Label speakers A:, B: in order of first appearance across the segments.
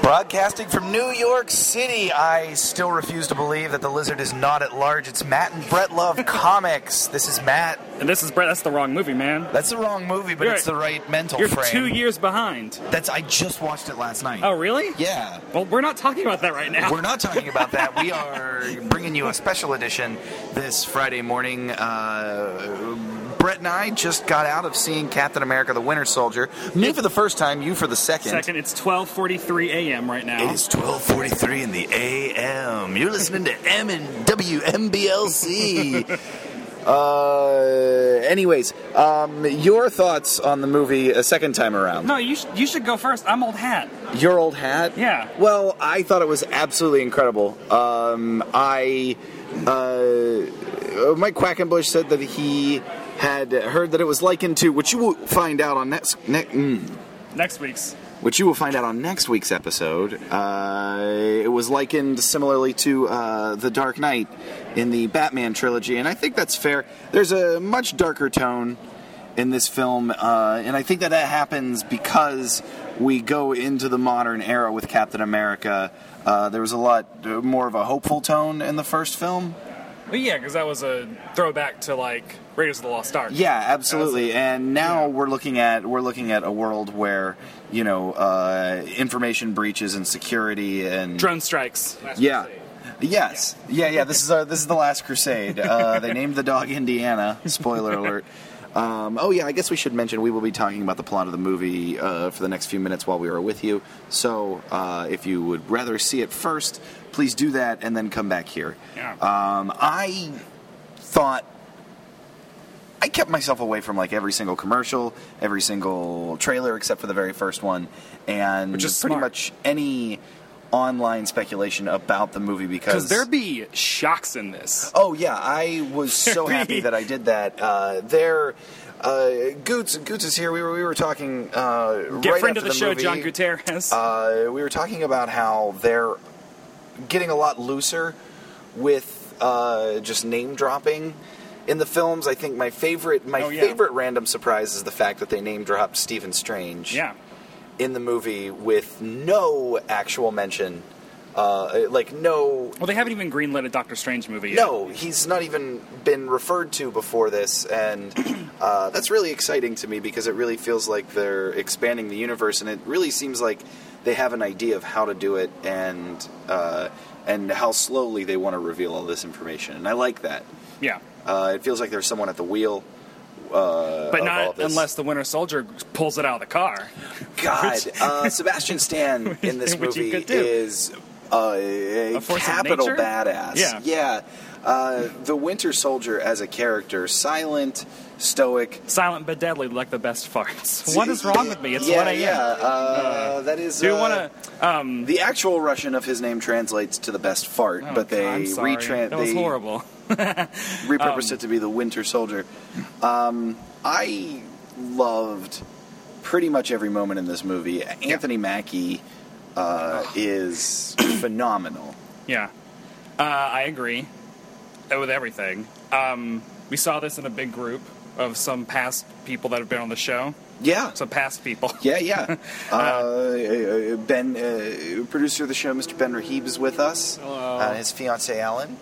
A: Broadcasting from New York City, I still refuse to believe that the lizard is not at large. It's Matt and Brett Love Comics. This is Matt.
B: And this is Brett. That's the wrong movie, man.
A: That's the wrong movie, but
B: You're-
A: it's the right mental
B: You're
A: frame.
B: two years behind.
A: That's I just watched it last night.
B: Oh, really?
A: Yeah.
B: Well, we're not talking about that right now.
A: We're not talking about that. We are bringing you a special edition this Friday morning. Uh, Brett and I just got out of seeing Captain America: The Winter Soldier. Me for the first time, you for the second.
B: Second, it's 12:43 a.m. right now.
A: It is 12:43 in the a.m. You're listening to M and WMBLC. uh, anyways, um, your thoughts on the movie a second time around?
B: No, you sh- you should go first. I'm old hat.
A: Your old hat?
B: Yeah.
A: Well, I thought it was absolutely incredible. Um, I. Uh, Mike Quackenbush said that he had heard that it was likened to, which you will find out on next. Ne- mm,
B: Next week's.
A: which you will find out on next week's episode. Uh, it was likened similarly to uh, The Dark Knight in the Batman trilogy, and I think that's fair. There's a much darker tone in this film, uh, and I think that that happens because we go into the modern era with Captain America. Uh, there was a lot uh, more of a hopeful tone in the first film.
B: But yeah, because that was a throwback to like Raiders of the Lost Ark.
A: Yeah, absolutely. And now we're looking at we're looking at a world where you know uh, information breaches and security and
B: Drone strikes.
A: Yeah. Yes. Yeah, yeah. This is our, this is the last crusade. Uh, they named the dog Indiana. Spoiler alert. Um, oh yeah, I guess we should mention we will be talking about the plot of the movie uh, for the next few minutes while we are with you. So uh, if you would rather see it first, please do that and then come back here.
B: Yeah.
A: Um, I thought I kept myself away from like every single commercial, every single trailer except for the very first one, and
B: Which is
A: pretty
B: smart.
A: much any online speculation about the movie because
B: Because there'd be shocks in this.
A: Oh yeah, I was so happy that I did that. Uh, there, uh, Goots Goots is here. We were we were talking uh,
B: Get
A: right
B: friend
A: after
B: of the, show,
A: movie.
B: John Gutierrez.
A: Uh, we were talking about how they're getting a lot looser with uh, just name dropping in the films. I think my favorite my
B: Oh, yeah.
A: favorite random surprise is the fact that they name dropped Stephen Strange
B: yeah.
A: in the movie with no actual mention, uh, like no
B: Well, they haven't even greenlit a Doctor Strange movie yet.
A: no, he's not even been referred to before this, and uh, that's really exciting to me because it really feels like they're expanding the universe, and it really seems like they have an idea of how to do it and uh, and how slowly they want to reveal all this information, and I like that.
B: Yeah.
A: Uh, it feels like there's someone at the wheel.
B: But
A: Uh, of all
B: not
A: this.
B: unless the Winter Soldier pulls it out of the car.
A: God, uh, Sebastian Stan in this
B: Which you
A: movie
B: could do.
A: is uh, a,
B: A force of
A: capital
B: nature?
A: badass.
B: Yeah.
A: Uh, the Winter Soldier as a character, silent, stoic.
B: Silent but deadly, like the best farts. What is wrong with me? It's
A: yeah,
B: 1 a.m.
A: Yeah, uh, that is.
B: Do you
A: uh,
B: want to? Um,
A: The actual Russian of his name translates to the best fart,
B: oh,
A: but they
B: I'm sorry.
A: retran-
B: That was
A: they
B: horrible.
A: repurposed
B: Um,
A: it to be the Winter Soldier. Um, I loved pretty much every moment in this movie. Anthony Mackie uh,
B: Oh.
A: is phenomenal.
B: Yeah, uh, I agree uh, with everything. Um, we saw this in a big group of some past people that have been on the show.
A: Yeah.
B: Some past people.
A: Yeah, yeah. Uh, uh, ben, uh, producer of the show, Mr. Ben Rahib, is with us.
B: Hello.
A: Uh, his fiance, Alan.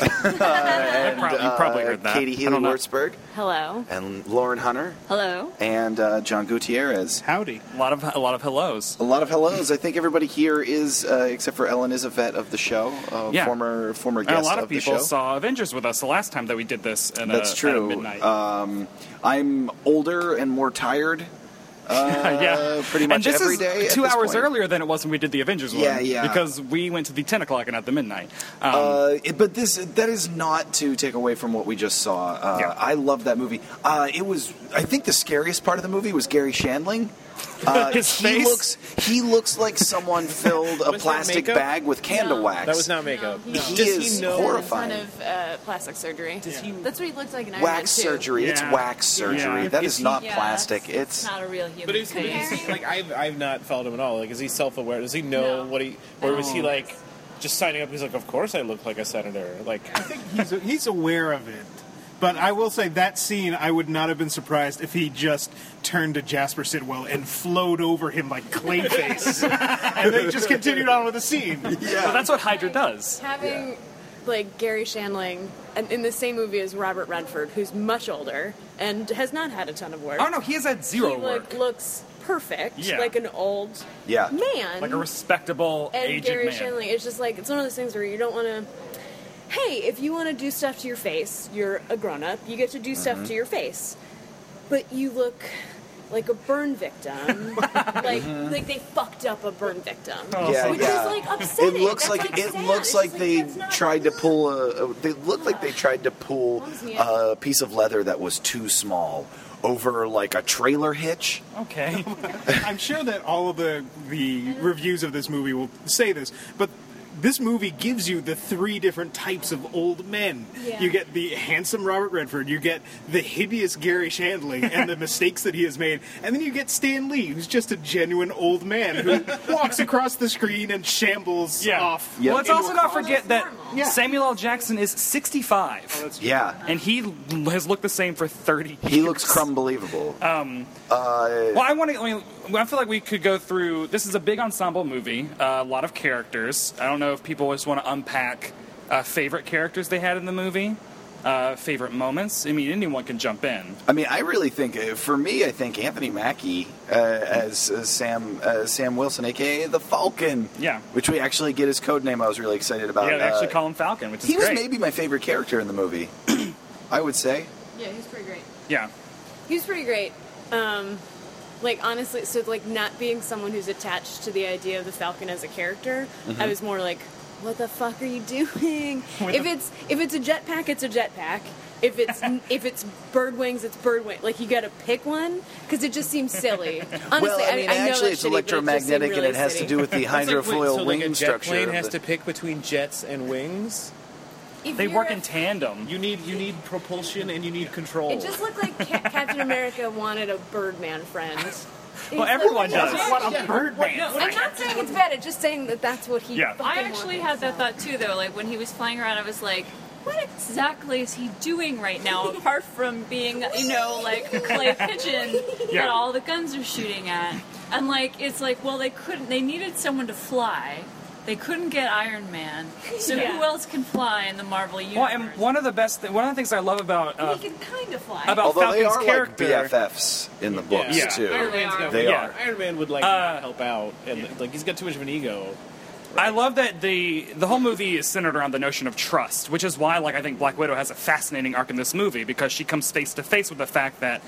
C: Hi.
B: I prob- you probably
A: uh,
B: heard that.
A: Katie
B: I
A: Healy
B: don't know.
A: Wurzberg.
C: Hello.
A: And Lauren Hunter.
C: Hello.
A: And uh, John Gutierrez.
D: Howdy.
B: A lot of a lot of hellos.
A: A lot of hellos. I think everybody here is, uh, except for Ellen, is a vet of the show, a
B: Yeah.
A: former former
B: And
A: guest
B: a lot of,
A: of the
B: people
A: show.
B: saw Avengers with us the last time that we did this. At, uh,
A: That's
B: At
A: true.
B: midnight.
A: Um, I'm older and more tired. Uh,
B: yeah,
A: pretty much
B: and this
A: every
B: is
A: day at
B: Two
A: this
B: hours
A: point.
B: earlier than it was when we did the Avengers one.
A: Yeah, yeah.
B: Because we went to the ten o'clock and not the midnight. Um,
A: Uh, it- but this that is not to take away from what we just saw. Uh,
B: Yeah.
A: I love that movie. Uh, it was I think the scariest part of the movie was Gary Shandling. Uh,
B: His
A: he
B: face?
A: looks he looks like someone filled a
D: that
A: plastic
D: makeup?
A: bag with candle
C: No.
A: wax.
D: That was not makeup.
C: No,
A: He
C: he-
D: Does
A: is
D: he know?
C: A ton
A: horrifying.
C: of uh, plastic surgery.
D: Does he-
C: That's what he looked like in Iron
A: wax
C: Man 2.
A: surgery. It's
B: Yeah.
A: wax surgery.
B: Yeah.
A: That
D: Is
A: is
D: he-
A: not
C: Yeah,
A: plastic.
C: that's-
A: It's
C: not a real human.
D: But is, but
C: face.
D: is he like I've I've not followed him at all. Like, is he self-aware? Does he know
C: No.
D: what he, or was he
B: No.
D: like just signing up? He's like, of course I look like a senator. Like,
E: I think he's he's aware of it. But I will say that scene, I would not have been surprised if he just turned to Jasper Sidwell and flowed over him like Clayface, and they just continued on with the scene.
B: But that's what Hydra does.
C: Having like Gary Shandling and in the same movie as Robert Redford, who's much older and has not had a ton of work.
B: Oh no, he has had
C: he
B: zero work.
C: like looks perfect,
B: Yeah.
C: like an old
A: Yeah.
C: man.
B: Like a respectable
C: and
B: aged
C: Gary
B: man.
C: Shandling. It's just like it's one of those things where you don't want to. Hey, if you want to do stuff to your face, you're a grown up. You get to do
B: Mm-hmm.
C: stuff to your face, but you look like a burn victim. like
B: Mm-hmm.
C: like they fucked up a burn victim.
B: Oh,
A: Yeah,
C: which
A: yeah.
C: is like
A: It
C: upsetting.
A: looks
C: That's,
A: like, it
C: sad.
A: looks
C: It's
A: like
C: just
A: they
C: that's not
A: tried to
C: good.
A: pull a, a- They look like they tried to pull
C: Bums me out.
A: a piece of leather that was too small over like a trailer hitch.
B: Okay.
E: I'm sure that all of the the reviews of this movie will say this, but this movie gives you the three different types of old men.
C: Yeah.
E: You get the handsome Robert Redford, you get the hideous Gary Shandling and the mistakes that he has made, and then you get Stan Lee, who's just a genuine old man who walks across the screen and shambles
B: Yeah.
E: off.
A: Yeah.
B: Well, let's
A: It
B: also not
C: was
B: forget that
C: normal.
E: Yeah.
B: Samuel L. Jackson is 65,
A: Yeah.
B: and he l- has looked the same for 30. Years.
A: He looks crumb believable.
B: Uh, Well, I want to. I, mean, I feel like we could go through. This is a big ensemble movie. Uh, a lot of characters. I don't know if people just want to unpack uh, favorite characters they had in the movie, uh, favorite moments. I mean, anyone can jump in.
A: I mean, I really think, uh, for me, I think Anthony Mackie uh, as, as Sam uh, Sam Wilson, aka the Falcon.
B: Yeah.
A: Which we actually get his code name. I was really excited about.
B: yeah, they actually
A: Uh,
B: call him Falcon, which is
A: he was
B: great.
A: maybe my favorite character in the movie. I would say.
C: Yeah, he's pretty great.
B: yeah.
C: He was pretty great. Um, like honestly, so like not being someone who's attached to the idea of the Falcon as a character, I
A: Mm-hmm.
C: was more like, what the fuck are you doing? if it's if it's a jetpack, it's a jetpack. If it's if it's bird wings, it's bird wing. Like you got to pick one because it just seems silly. Honestly,
A: well, I mean,
C: I know
A: actually, it's
C: that's shitty, but it just seemed
A: electromagnetic,
C: really
A: and it has
C: silly.
A: to do with the
D: It's like, wait,
A: hydrofoil
D: so,
A: wing
D: like, a jet
A: structure.
D: plane
A: of
D: has
A: the-
D: to pick between jets and wings.
C: If
B: They
C: you're
B: work
C: a-
B: in tandem.
D: You need you need propulsion and you need control.
C: It just looked like Ca- Captain America wanted a Birdman friend.
B: well, everyone does.
E: a bird man.
C: I'm not saying it's bad. I'm just saying that that's what he.
B: Yeah.
C: fucking
F: I actually
C: wanted,
F: had that
C: so.
F: thought too, though. Like when he was flying around, I was like, what exactly is he doing right now, apart from being, you know, like a clay pigeon
B: Yeah.
F: that all the guns are shooting at? And like, it's like, well, they couldn't, they needed someone to fly. They couldn't get Iron Man. So
C: Yeah.
F: who else can fly in the Marvel universe?
B: Well, and one of the best, th- one of the things I love about uh,
F: he can kind of fly.
B: about
A: Although they
B: Falcon's
A: are
B: character,
A: like BFFs in the books
B: Yeah.
A: too.
D: Iron Man's got-
A: They
B: Yeah. are.
D: Iron Man would like not help out, and like he's got too much of an ego.
B: I love that the the whole movie is centered around the notion of trust, which is why, like, I think Black Widow has a fascinating arc in this movie because she comes face to face with the fact that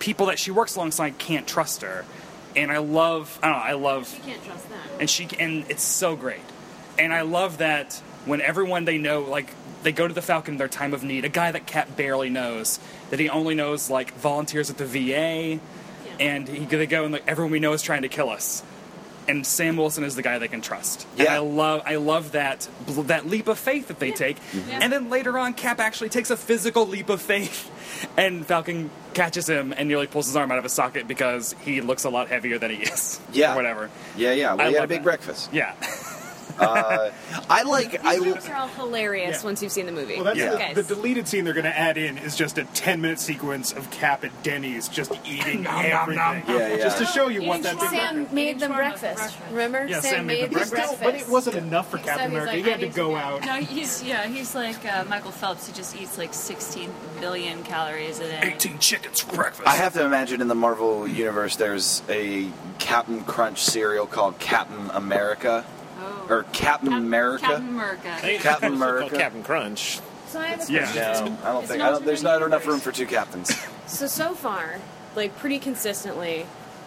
B: people that she works alongside can't trust her, and I love, I don't know, I love,
C: You can't trust them.
B: and she, and it's so great, and I love that when everyone they know, like, they go to the Falcon in their time of need, a guy that Cap barely knows, that he only knows like volunteers at the VA, and he, they go and like everyone we know is trying to kill us and Sam Wilson is the guy they can trust. And
A: Yeah.
B: I love I love that bl- that leap of faith that they take. And then later on Cap actually takes a physical leap of faith and Falcon catches him and nearly pulls his arm out of his socket because he looks a lot heavier than he is.
A: Yeah.
B: Or whatever.
A: Yeah, yeah. We
B: I
A: had a
B: love
A: big
B: that.
A: breakfast.
B: Yeah.
A: I like. I
C: These jokes are all hilarious
E: Yeah.
C: once you've seen the movie.
E: Well, that's
A: Yeah.
E: the,
F: Guys.
E: the deleted scene they're going to add in is just a 10 minute sequence of Cap at Denny's just eating everything.
A: Yeah, yeah.
E: Just to show you what that
F: Eating
E: thing
F: shawarma.
C: Sam made them
F: Eating shawarma for
C: breakfast.
F: breakfast.
C: Remember?
B: Yeah,
C: Sam, made them
E: But still,
C: breakfast.
E: but it wasn't enough for
C: So
E: Captain
C: he's
E: America.
C: like,
E: You had
C: I
E: to
C: need
E: go
C: to
E: out.
F: no, he's yeah, he's like uh, Michael Phelps. He just eats like 16 billion calories a day.
B: Eighteen chickens for breakfast.
A: I have to imagine in the Marvel universe there's a Captain Crunch cereal called Captain America
F: Oh.
A: or Captain
F: Cap-
A: America.
F: Captain America.
D: They ain't
A: Captain
D: supposed to call
A: America.
D: Captain Crunch.
C: So I have a
B: Yeah.
C: question.
A: no, I don't think.
F: It's an
A: I don't, there's
F: alternate
A: not enough
F: universe.
A: room for two captains.
C: So so far, like pretty consistently,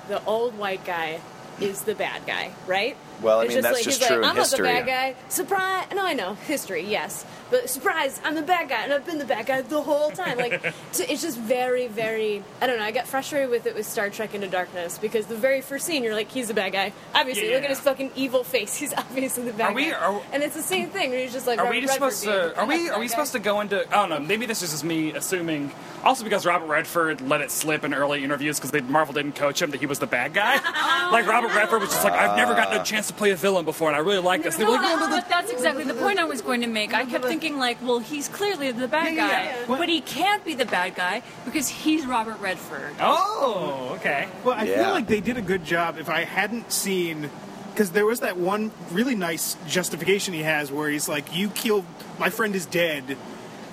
C: the old white guy is the bad guy, right?
A: Well, I
C: It's
A: mean, that's
C: like,
A: just
C: he's
A: true
C: like,
A: in
C: I'm
A: history.
C: not the bad guy. Surprise! No, I know history, yes, but surprise! I'm the bad guy, and I've been the bad guy the whole time. Like, so it's just very, very. I don't know. I got frustrated with it with Star Trek Into Darkness because the very first scene, you're like, he's the bad guy. Obviously,
B: Yeah,
C: look
B: yeah.
C: at his fucking evil face. He's obviously the bad
B: Are we-
C: guy.
B: are-
C: and it's the same thing. Where he's just like,
B: Are
C: Robert
B: we just
C: Redford
B: supposed
C: being,
B: to? Are
C: "I'm not
B: we?
C: the
B: Are we
C: bad guy."
B: supposed to go into? I don't know. Maybe this is just me assuming. Also,
E: Oh,
B: because Robert Redford let it slip in early interviews because Marvel didn't coach him that he was the bad guy. like Robert Robert Redford was just like, I've never gotten a chance to play a villain before, and I really like this. They were like, no, no, no.
F: but that's exactly the point I was going to make. I kept thinking like, well, he's clearly the bad
E: Yeah, yeah,
F: guy,
E: yeah.
F: but he can't be the bad guy because he's Robert Redford.
B: Oh, okay.
E: Well, I
A: Yeah.
E: feel like they did a good job. If I hadn't seen, because there was that one really nice justification he has where he's like, "You killed my friend is dead."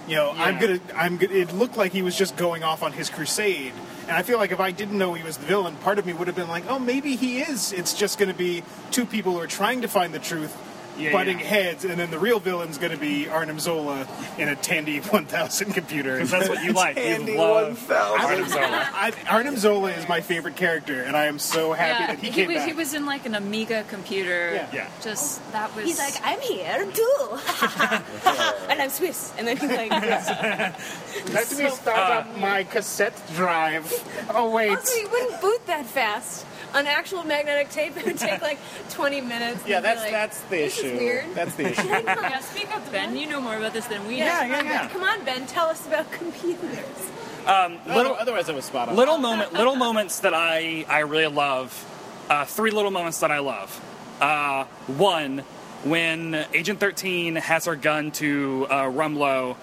E: You know, I'm
B: Yeah.
E: gonna, I'm gonna. It looked like he was just going off on his crusade, and I feel like if I didn't know he was the villain, part of me would have been like, "Oh, maybe he is." It's just gonna be two people who are trying to find the truth.
B: Yeah,
E: butting
B: yeah.
E: heads, and then the real villain's going to be Arnim Zola in a Tandy 1000 computer.
B: Because that's what you like.
A: Andy
B: You love
A: 1000.
B: Arnim Zola.
E: I, Arnim Zola is my favorite character, and I am so happy
F: yeah,
E: that he came
F: was
E: back.
F: he was in like an Amiga computer.
E: Yeah.
B: Yeah.
F: just that was.
C: He's like, I'm here too, and I'm Swiss. And then he's like,
E: Let me start up my cassette drive. Oh wait.
C: also you wouldn't boot that fast on actual magnetic tape. It would take like 20 minutes.
D: Yeah,
C: and
D: that's
C: you're like,
D: that's the
C: this
D: issue.
C: Is weird.
D: That's the issue.
F: yeah, speak up, Ben. You know more about this than we do.
E: yeah, yeah.
C: Come on, Ben, tell us about computers.
D: Little, otherwise, I was spot on.
B: little moment, little moments that I I really love. Uh, three little moments that I love. Uh, one, when Agent Thirteen has her gun to uh, Rumlow,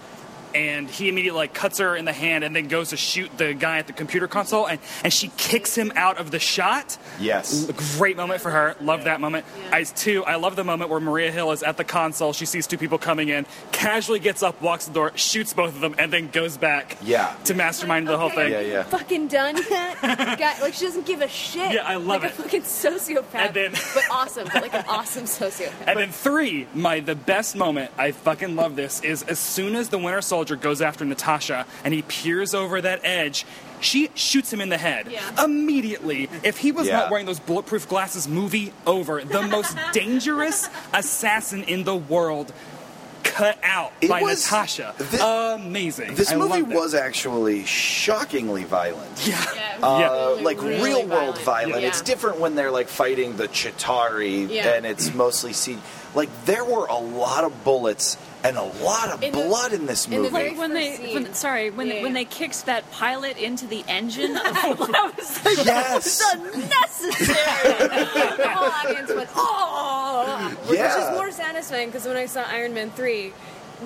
B: and he immediately like cuts her in the hand, and then goes to shoot the guy at the computer console, and and she kicks him out of the shot.
A: Yes.
B: A great moment for her. Love that moment. I too, I love the moment where Maria Hill is at the console. She sees two people coming in, casually gets up, walks the door, shoots both of them, and then goes back
A: Yeah.
B: to mastermind the whole
C: Okay,
B: thing.
A: Yeah, yeah.
C: Fucking done yet? Got, like she doesn't give a shit.
B: Yeah, I love
C: like
B: it.
C: a fucking sociopath.
B: And then-
C: but awesome, but like an awesome sociopath.
B: And then three, my the best moment. I fucking love this. Is as soon as the Winter Soldier goes after Natasha and he peers over that edge, she shoots him in the head
C: Yeah.
B: immediately. If he was
A: Yeah.
B: not wearing those bulletproof glasses, movie over. The most dangerous assassin in the world. Cut out
A: It
B: by
A: was-
B: Natasha.
A: thi-
B: Amazing.
A: This
B: I
A: movie
B: loved it.
A: was actually shockingly violent.
C: Yeah, it was
B: Yeah.
A: Uh,
C: really,
A: like
C: really
A: real world violent.
C: Yeah.
A: It's different when they're like fighting the Chitari
C: Yeah.
A: and it's mostly see. Like there were a lot of bullets and a lot of
C: In the-
A: blood in this
C: in the
A: movie.
C: very-
F: Like when they,
C: First scene.
F: when, sorry, when
C: Yeah,
F: they, when
C: yeah.
F: they kicked that pilot into the engine, of, I was like,
A: yes.
C: unnecessary. the whole audience went, oh, which
A: Yeah.
C: is more satisfying because when I saw Iron Man three,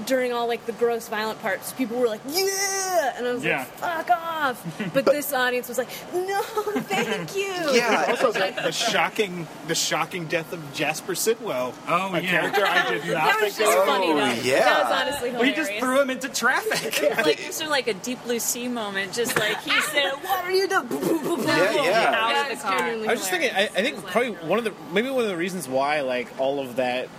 C: during all like the gross violent parts, people were like, yeah, and I was
B: Yeah.
C: like, fuck off. But, this audience was like, no, thank you.
A: Yeah.
E: also, the, the shocking, the shocking death of Jasper Sitwell.
B: Oh,
E: a
B: yeah.
E: character I did not
C: That
E: think
C: was
E: that
C: just
A: Oh,
C: funny though. That was
A: yeah.
C: honestly
B: We
C: hilarious.
B: just threw him into traffic.
F: it's like sort of like a deep blue sea moment. Just like he said, "What are you doing?"
A: Yeah, yeah.
F: Out of
C: That's
F: the car.
C: genuinely
D: I was just thinking. I, I
C: hilarious.
D: think
C: It was
D: probably
C: laughter.
D: one of the maybe one of the reasons why like all of that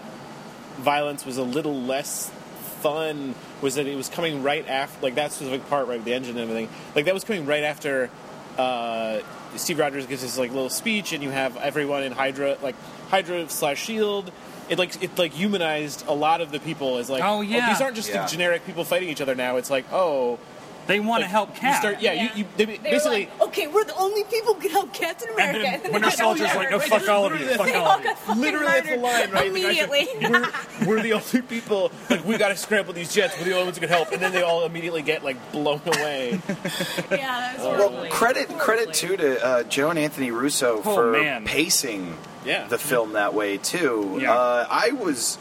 D: violence was a little less fun was that it was coming right after like that specific part right with the engine and everything like that was coming right after uh, Steve Rogers gives his like little speech and you have everyone in Hydra like Hydra slash Shield. E It like it like humanized a lot of the people as like
B: Oh, yeah.
D: these aren't just
A: Yeah.
D: the generic people fighting each other now. It's like oh
B: They want to help
D: you
B: Cap.
D: start yeah,
C: Yeah.
D: you, you they,
C: They were
D: basically
C: like, okay, we're the only people who can help Captain America.
B: and then
C: And
B: Winter
C: they got
B: Soldier's like, no,
C: murdered.
B: fuck all of you. Fuck
D: They
B: all of you.
D: Literally, that's the
C: murdered
D: line, right? The guy said,
C: immediately.
D: we're, we're the only people. Like, we got to scramble these jets. We're the only ones who can help. And then they all immediately get like blown away.
F: Yeah, that was
A: Well, credit credit too to uh, Joe and Anthony Russo for
B: Oh, man.
A: pacing
D: Yeah.
A: the film that way too.
B: Yeah.
A: Uh, I was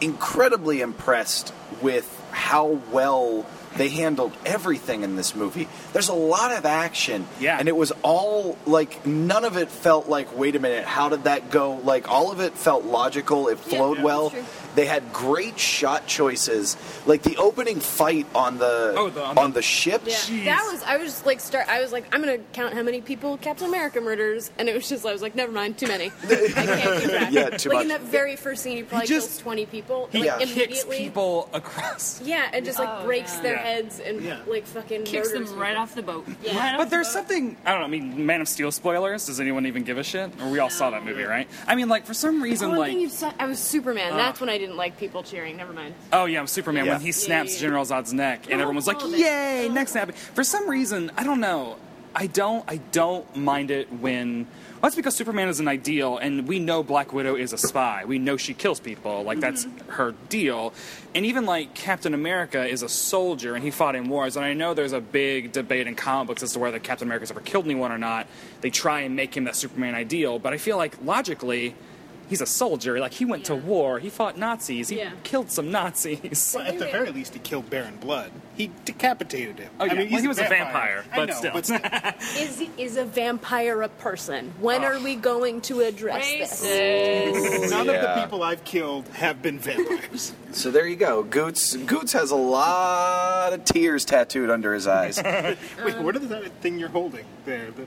A: incredibly impressed with how well they handled everything in this movie. There's a lot of action,
B: Yeah.
A: and it was all like none of it felt like wait a minute, how did that go? Like all of it felt logical. It flowed
C: yeah,
A: well.
C: that's true.
A: They had great shot choices. Like the opening fight on the,
B: Oh, the-
A: on,
B: on
A: the, ship.
C: Yeah.
B: Jeez.
C: That was I was like start I was like I'm gonna count how many people Captain America murders and it was just I was like never mind too many I can't keep track
A: Yeah, too
C: like
A: much.
C: in that very first scene he probably
B: just-
C: kills 20 people
B: He
C: like,
B: kicks
C: immediately
B: people across.
C: yeah and just like
F: Oh,
C: breaks
F: yeah.
C: their
B: Yeah.
C: heads and
E: Yeah.
C: like fucking
F: kicks them
C: murders
F: right
C: people.
F: off the boat.
C: Yeah.
F: Right off
B: But
F: the
B: there's
F: boat.
B: something I don't know. I mean, Man of Steel spoilers. Does anyone even give a shit? Or we all saw that movie, right? I mean, like for some reason,
C: One
B: like
C: thing you saw, I was
A: Uh.
C: Superman. That's when I didn't like people cheering. Never mind.
B: oh yeah, I'm Superman
A: Yeah.
B: when he snaps
C: yeah, Oh, yeah.
B: General Zod's neck, and everyone's like,
F: oh, they-
B: "Yay, neck snap!" For some reason, I don't know. I don't I don't mind it when well, that's because Superman is an ideal and we know Black Widow is a spy. We know she kills people.
C: Mm-hmm.
B: Like that's her deal. And even like Captain America is a soldier and he fought in wars and I know there's a big debate in comic books as to whether Captain America's ever killed anyone or not. They try and make him that Superman ideal, but I feel like logically he's a soldier. Like he went to
C: Yeah.
B: war, he fought Nazis, he
C: Yeah.
B: killed some Nazis.
E: Well, at the very least, he killed Baron Blood. He decapitated him.
B: Oh, yeah. Well,
E: he's
B: he was a vampire,
E: I
B: but
E: know,
B: still.
E: But still.
C: Is is a vampire a person?
A: Uh.
C: When are we going to address this?
D: Oh,
F: Racist.
E: None of the
A: Yeah.
E: people I've killed have been vampires.
A: So there you go. Goots Goots has a lot of tears tattooed under his eyes. yeah,
E: Wait, what is that thing you're holding there? The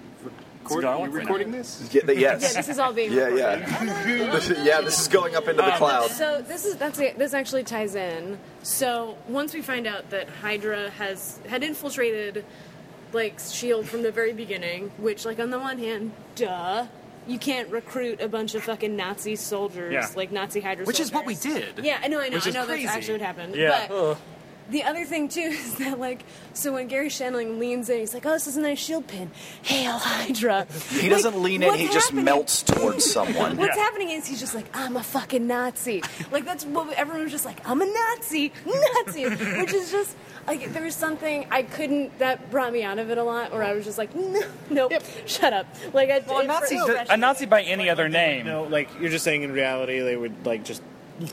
E: record,
B: garlic
E: are you
B: right now.
E: recording this?
A: th-
C: Yeah,
A: yes.
C: this is all being
A: Yeah,
C: recorded.
A: yeah. This is- yeah, this is going up into the clouds.
C: So this is that's it. This actually ties in. So once we find out that Hydra has had infiltrated like Shield E from the very beginning, which like on the one hand, duh, you can't recruit a bunch of fucking Nazi soldiers
B: Yeah.
C: like Nazi Hydra,
B: Which is what we
C: soldiers.
B: did.
C: Yeah, I know, I know,
B: Which
C: I
B: is
C: know
B: crazy.
C: that's actually what happened.
B: Yeah.
C: But the other thing too is that like, so when Gary Shandling leans in, he's like, "Oh, this is a nice shield pin. Hail Hydra!"
A: He doesn't lean in, he just
C: melts.
A: melts towards someone.
C: What's
B: Yeah.
C: happening is he's just like, I'm a fucking Nazi. Like, that's what everyone was just like, I'm a Nazi, Nazi, which is just like, there was something I couldn't, that brought me out of it a lot, where I was just like, no, nope, shut up. Like, I
D: Well, a Nazi-
B: a Nazi by any other name.
D: No, like you're just saying in reality they would like just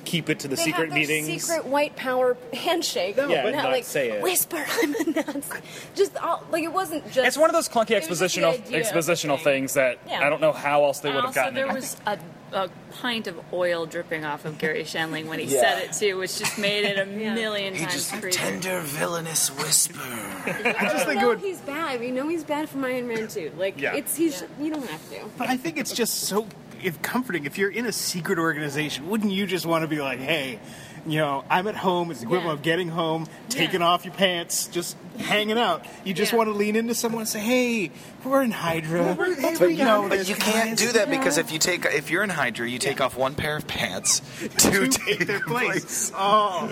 D: keep it to the
C: they
D: secret
C: have their
D: meetings.
C: secret white power handshake.
D: Yeah,
C: not,
D: but not
C: like
D: say it.
C: whisper, I'm a Nazi. Just all, like it wasn't just.
B: It's one of those clunky
C: It was just the
B: expositional
C: idea of the
B: expositional
C: thing.
B: things that
C: Yeah.
B: I don't know how else they would have
F: also,
B: gotten.
F: there
B: it.
F: was a, a pint of oil dripping off of Gary Shandling when he
A: Yeah.
F: said it too, which just made it a million times creepier.
A: villainous whisper.
E: I just think it
C: No,
E: would.
C: he's bad. We know he's bad from Iron Man 2. Like,
B: Yeah.
C: it's he's
F: Yeah.
C: you don't have to.
E: But I think it's just so if comforting. If you're in a secret organization, wouldn't you just want to be like, hey, you know, I'm at home. It's the equivalent
C: Yeah.
E: of getting home, taking
F: Yeah.
E: off your pants, just hanging out. You just
C: Yeah.
E: want to lean into someone and say, hey, we're in Hydra. Hey, we know
A: But
E: this,
A: you can't
E: guys."
A: do that because if you take if you're in Hydra, you take off one pair of pants to
E: You
A: take
E: take their place. Oh,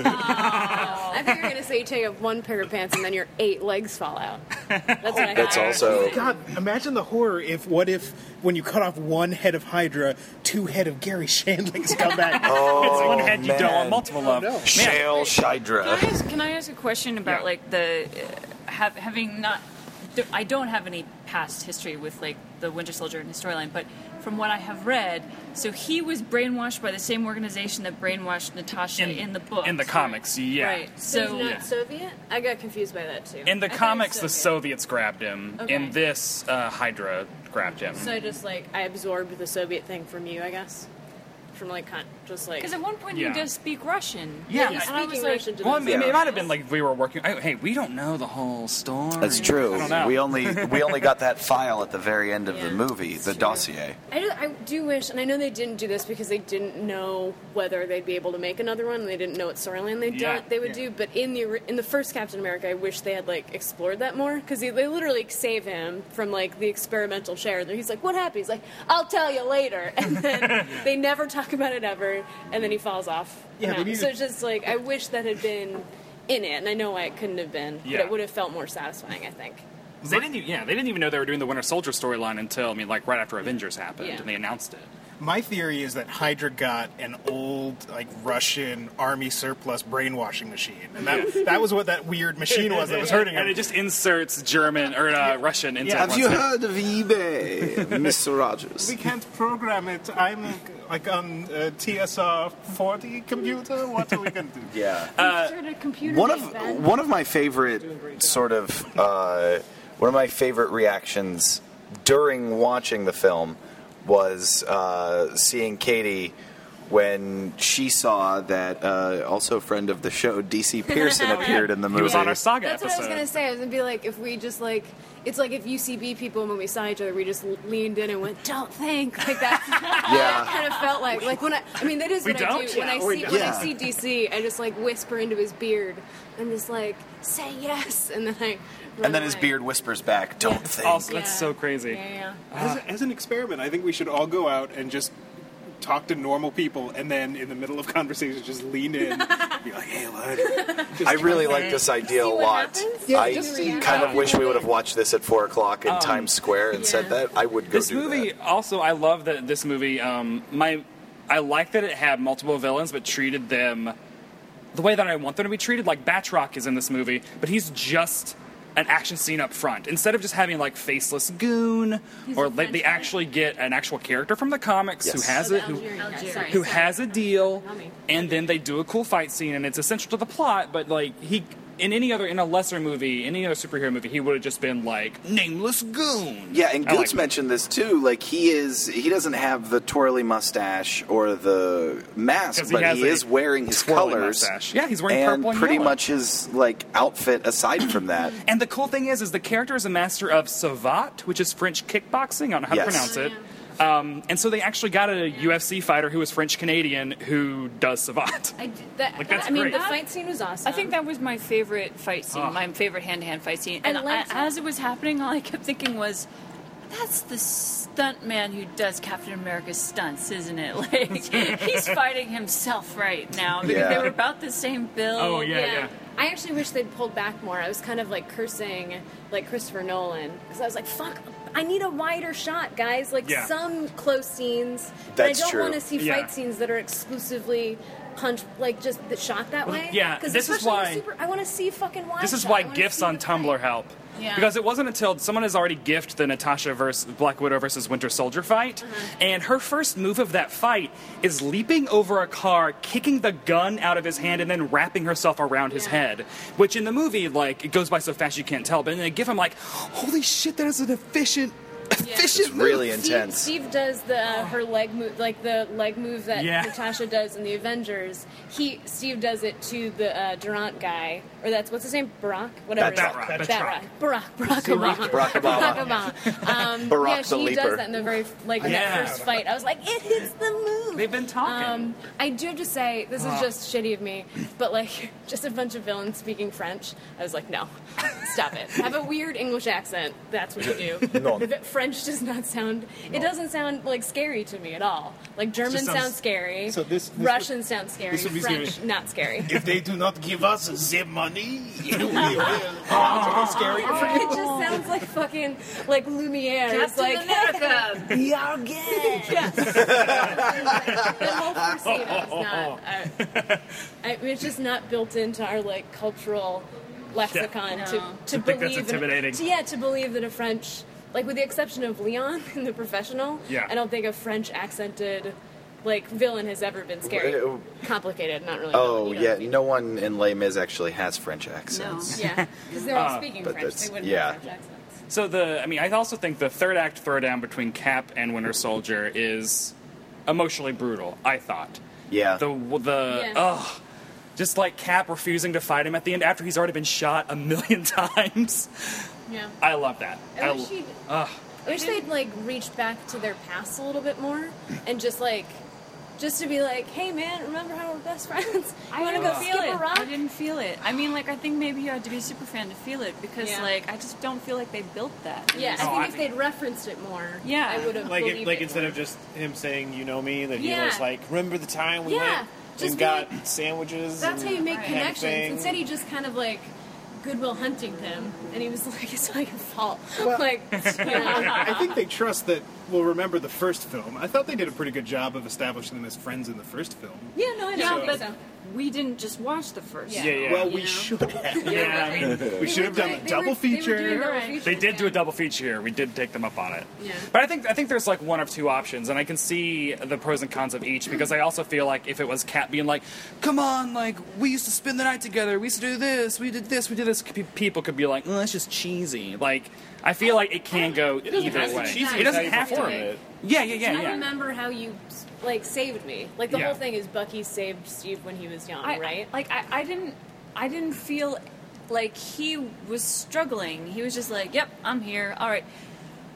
C: I think you're gonna say you take up one pair of pants and then your eight legs fall out. That's what I
A: That's
C: thought.
A: also
E: Oh, God! Imagine the horror if what if when you cut off one head of Hydra, two head of Gary Shandling's come back.
B: It's one head you don't
A: Oh, man.
B: want multiple of. Man,
A: Shale Shydra.
F: Can I ask, can I ask a question about
B: Yeah.
F: like the uh, have, having not? th- I don't have any past history with like the Winter Soldier and his storyline, but from what I have read, so he was brainwashed by the same organization that brainwashed Natasha in, the book,
B: in the comics, yeah.
F: Right.
C: So he's
F: So
C: not Soviet? I got confused by that too.
B: In the
C: I thought he was
B: comics, the
C: Soviet.
B: Soviets grabbed him.
C: Okay.
B: In this, uh, Hydra grabbed him.
C: So I just like I absorbed the Soviet thing from you, I guess. From like con- just like
F: because at one point
B: Yeah.
F: he does speak Russian.
B: Yeah.
F: and I
C: speaking
F: was like,
C: Russian to
B: well, I
C: them.
B: mean, it
A: Yeah.
B: might have been like we were working. I, hey, we don't know the whole story.
A: That's true.
B: I don't know.
A: We only we only got that file at the very end of
C: Yeah.
A: the movie, the
C: That's true.
A: dossier.
C: I do, I do wish, and I know they didn't do this because they didn't know whether they'd be able to make another one. and They didn't know what storyline they'd
B: Yeah,
C: done, they would do.
E: yeah.
C: But in the ori- in the first Captain America, I wish they had like explored that more because they, they literally save him from like the experimental chair. And he's like, "What happened?" He's like, "I'll tell you later." And then they never talk about it ever, and then he falls off.
E: Yeah, they
C: No.
E: need
C: so
E: to-
C: it's just like I wish that had been in it, and I know why it couldn't have been,
B: Yeah.
C: but it would have felt more satisfying, I think.
B: They didn't. Even, yeah, they didn't even know they were doing the Winter Soldier storyline until I mean, like right after Avengers happened,
C: Yeah.
B: and they announced it.
E: My theory is that Hydra got an old, like Russian army surplus brainwashing machine, and that, that was what that weird machine was that was hurting
B: And
E: him.
B: it just inserts German or uh, Russian into.
E: Yeah.
B: it once it-
A: heard of eBay, Mr. Rogers?
E: we can't program it. I'm like on uh, a TSR 40 computer. What are we gonna do?
A: Yeah.
C: Sort of computer
A: one
C: game,
A: of
C: Ben.
A: one of my favorite sort of uh, one of my favorite reactions during watching the film was uh, seeing Katie when she saw that uh, also friend of the show DC Pearson appeared in the movie.
B: It Oh, was on our saga
C: That's
B: episode.
C: what I was gonna say. I was gonna be like, if we just like, it's like if UCB people when we saw each other, we just leaned in and went, "Don't think." Like that
A: yeah.
C: kind of felt like, like when I, I mean, that is
B: We
C: what I
B: don't?
C: do when I
B: Yeah, we
C: see
B: don't.
C: when
A: Yeah.
C: I see DC. I just like whisper into his beard. I'm just like, "Say yes," and then I. run
A: And then his
C: away.
A: beard whispers back, "Don't think."
B: Also,
C: Yeah.
B: that's so crazy.
C: Yeah, yeah.
E: As, as an experiment, I think we should all go out and just talk to normal people, and then in the middle of conversation, just lean in, be like, "Hey, what?"
A: I really like this idea a
C: See what
A: lot.
C: happens?
A: I
C: just
A: kind
C: react.
A: of wish we would have watched this at four o'clock in Times Square and said
C: yeah.
A: that. I would go
B: Um, this
A: do
B: movie
A: that.
B: also i love that this movie um my i like that it had multiple villains but treated them the way that i want them to be treated like batroc is in this movie but he's just an action scene up front instead of just having like faceless goon
F: He's
B: or
F: a
B: like they
F: Frenchman.
B: actually get an actual character from the comics
A: Yes.
B: who has
C: Oh,
B: it
C: the
B: who,
C: Algerian guy.
F: Algerian.
C: Sorry,
B: who
C: sorry.
B: has a deal
C: Not me.
B: and then they do a cool fight scene and it's essential to the plot but like he in any other in a lesser movie any other superhero movie he would have just been like nameless goon
A: Yeah, and
B: I like
A: Goots
B: that.
A: mentioned this too. Like he is, he doesn't have the twirly mustache or the mask,
B: 'Cause he
A: but
B: has
A: he
B: a
A: is wearing his
B: twirly
A: colors.
B: mustache. Yeah, he's wearing
A: and
B: purple and
A: pretty
B: yellow.
A: much his like outfit. Aside from that,
B: And the cool thing is, is the character is a master of savate, which is French kickboxing. I don't know how
A: Yes.
B: to pronounce
C: Oh,
B: it. Um, and so they actually got a UFC fighter who is French Canadian who does savate.
F: I, d- that,
B: Like,
F: that-
B: that's
F: I mean,
B: great. Ah.
C: The
F: that-
C: fight scene was awesome.
F: I think that was my favorite fight scene, my favorite hand-to-hand fight scene. And
C: I liked
F: I,
C: it.
F: as it was happening, all I kept thinking was, "That's the stunt man who does Captain America's stunts, isn't it? Like he's fighting himself right now because
A: Yeah.
F: they were about the same build."
B: Oh, yeah.
C: I actually wish they'd pulled back more. I was kind of like cursing like Christopher Nolan because I was like, "Fuck, I need a wider shot, guys. Like
B: Yeah.
C: some close scenes,
A: That's
C: but I
A: true.
C: don't want to see
B: Yeah.
C: fight scenes that are exclusively punch like just that shot that
B: Well,
C: way.
B: yeah,
C: 'Cause
B: this is
C: especially in
B: why-
C: Super, I want to see fucking wide.
B: This is
C: shot.
B: why
C: I wanna
B: gifs
C: see
B: on
C: the fight.
B: Tumblr help.
F: Yeah.
B: Because it wasn't until someone has already gifted the Natasha versus Black Widow versus Winter Soldier fight,
C: Uh-huh.
B: and her first move of that fight is leaping over a car, kicking the gun out of his hand, and then wrapping herself around his
C: Yeah.
B: head. Which in the movie, like it goes by so fast you can't tell. But in the gif, I'm like, holy shit, that is an efficient, efficient
A: it's
B: move.
A: really
C: Steve-
A: intense.
C: Steve, does the uh, her leg move, like the leg move that
B: Yeah.
C: Natasha does in the Avengers. He Steve does it to the uh, Durant guy, or that's what's his name, Barack, whatever.
B: Bat-
C: his
B: Batroc.
C: name-
B: Batroc.
C: Barack, Barack Obama,
A: Barack Obama.
C: Obama. Um,
A: Barack
C: yeah,
A: the
C: she
A: Leaper.
C: does that in the very like in
B: Yeah.
C: that first fight. I was like, it hits the move.
B: They've been talking.
C: Um, I do have to say, this is just shitty of me, but like, just a bunch of villains speaking French. I was like, no, stop it. Have a weird English accent. That's what you do.
A: No.
C: The- French does not sound. It doesn't sound like scary to me at all. Like German
G: just
C: sounds,
G: sounds-
C: scary.
G: So this- this
C: Russian sounds scary.
G: this would be
C: French
G: scary.
C: not scary.
G: If they do not give us the money, we will. Oh, it's scary.
C: It just sounds like fucking like Lumiere. It's
F: Captain
C: like
F: America.
G: We are gay.
C: Yes. the whole first scene, I was not. I, I, it's just not built into our like cultural lexicon
F: Yeah.
C: to,
F: No.
C: to
B: To think that's
C: believe. in-
B: intimidating.
C: to- yeah, to believe that a French, like with the exception of Leon in The Professional,
B: Yeah.
C: I don't think a French accented like villain has ever been scary.
A: Well,
C: Complicated, not really.
A: Uh, Oh
C: villain, you know
A: yeah,
C: what I mean?
A: no one in Les Mis actually has French accents.
C: Yeah, because they're all speaking
A: but
C: French.
A: that's-
C: They wouldn't
A: yeah.
C: have French accents.
B: So the, I mean, I also think the third act throwdown between Cap and Winter Soldier is emotionally brutal. I thought.
A: Yeah.
B: The the
C: Yeah.
B: ugh, just like Cap refusing to fight him at the end after he's already been shot a million times.
C: Yeah.
B: I love that.
C: I wish
B: l-
C: he'd-
B: ugh.
C: I wish they'd like reached back to their past a little bit more and just like just to be like, hey man, remember how we're best friends? You want to go
F: didn't
C: skip
F: feel
C: a
F: it.
C: rock?
F: I didn't feel it. I mean, like I think maybe you had to be a super fan to feel it because,
C: Yeah.
F: like, I just don't feel like they built that.
C: Yeah, I
B: No,
C: think
B: I
C: if
B: think-
C: they'd referenced it more,
F: Yeah.
C: I would have
D: Like,
C: believed
D: it, like
C: it
D: instead
C: more.
D: of just him saying "you know me," that he
C: Yeah.
D: was like, "Remember the time we
C: Yeah.
D: went
C: Just
D: and
C: be
D: got
C: like-
D: sandwiches."
C: That's how
D: and
C: you make
D: had a
C: connections.
D: thing."
C: Instead, he just kind of like Goodwill hunting him, and he was like, "It's not your fault." like, you know.
E: I think they trust that we'll remember the first film. I thought they did a pretty good job of establishing them as friends in the first film.
C: yeah, no, I
F: Yeah,
C: know.
F: but
C: so.
F: we didn't just watch the first.
C: Yeah.
B: yeah, yeah.
E: Well,
B: Well,
E: we
F: Yeah.
E: should have.
B: yeah. I mean,
E: We should have done a double feature.
B: they did do a double feature here. We did take them up on it.
C: Yeah.
B: But I think I think there's like one of two options, and I can see the pros and cons of each because I also feel like if it was Cap being like, "Come on, like we used to spend the night together, we used to do this, we did this, we did this," pe- people could be like, "Mm, "That's just cheesy." Like I feel like it can go either
C: have to
B: way.
C: be cheesy,
B: it doesn't
C: it's how you
B: have to.
C: perform
B: be.
C: it.
B: Yeah, yeah, yeah,
C: I
B: yeah.
C: remember how you like saved me. Like the
B: Yeah.
C: whole thing is Bucky saved Steve when he was young,
F: I,
C: right?
F: Like I, I didn't, I didn't feel like he was struggling. He was just like, "Yep, I'm here. All right,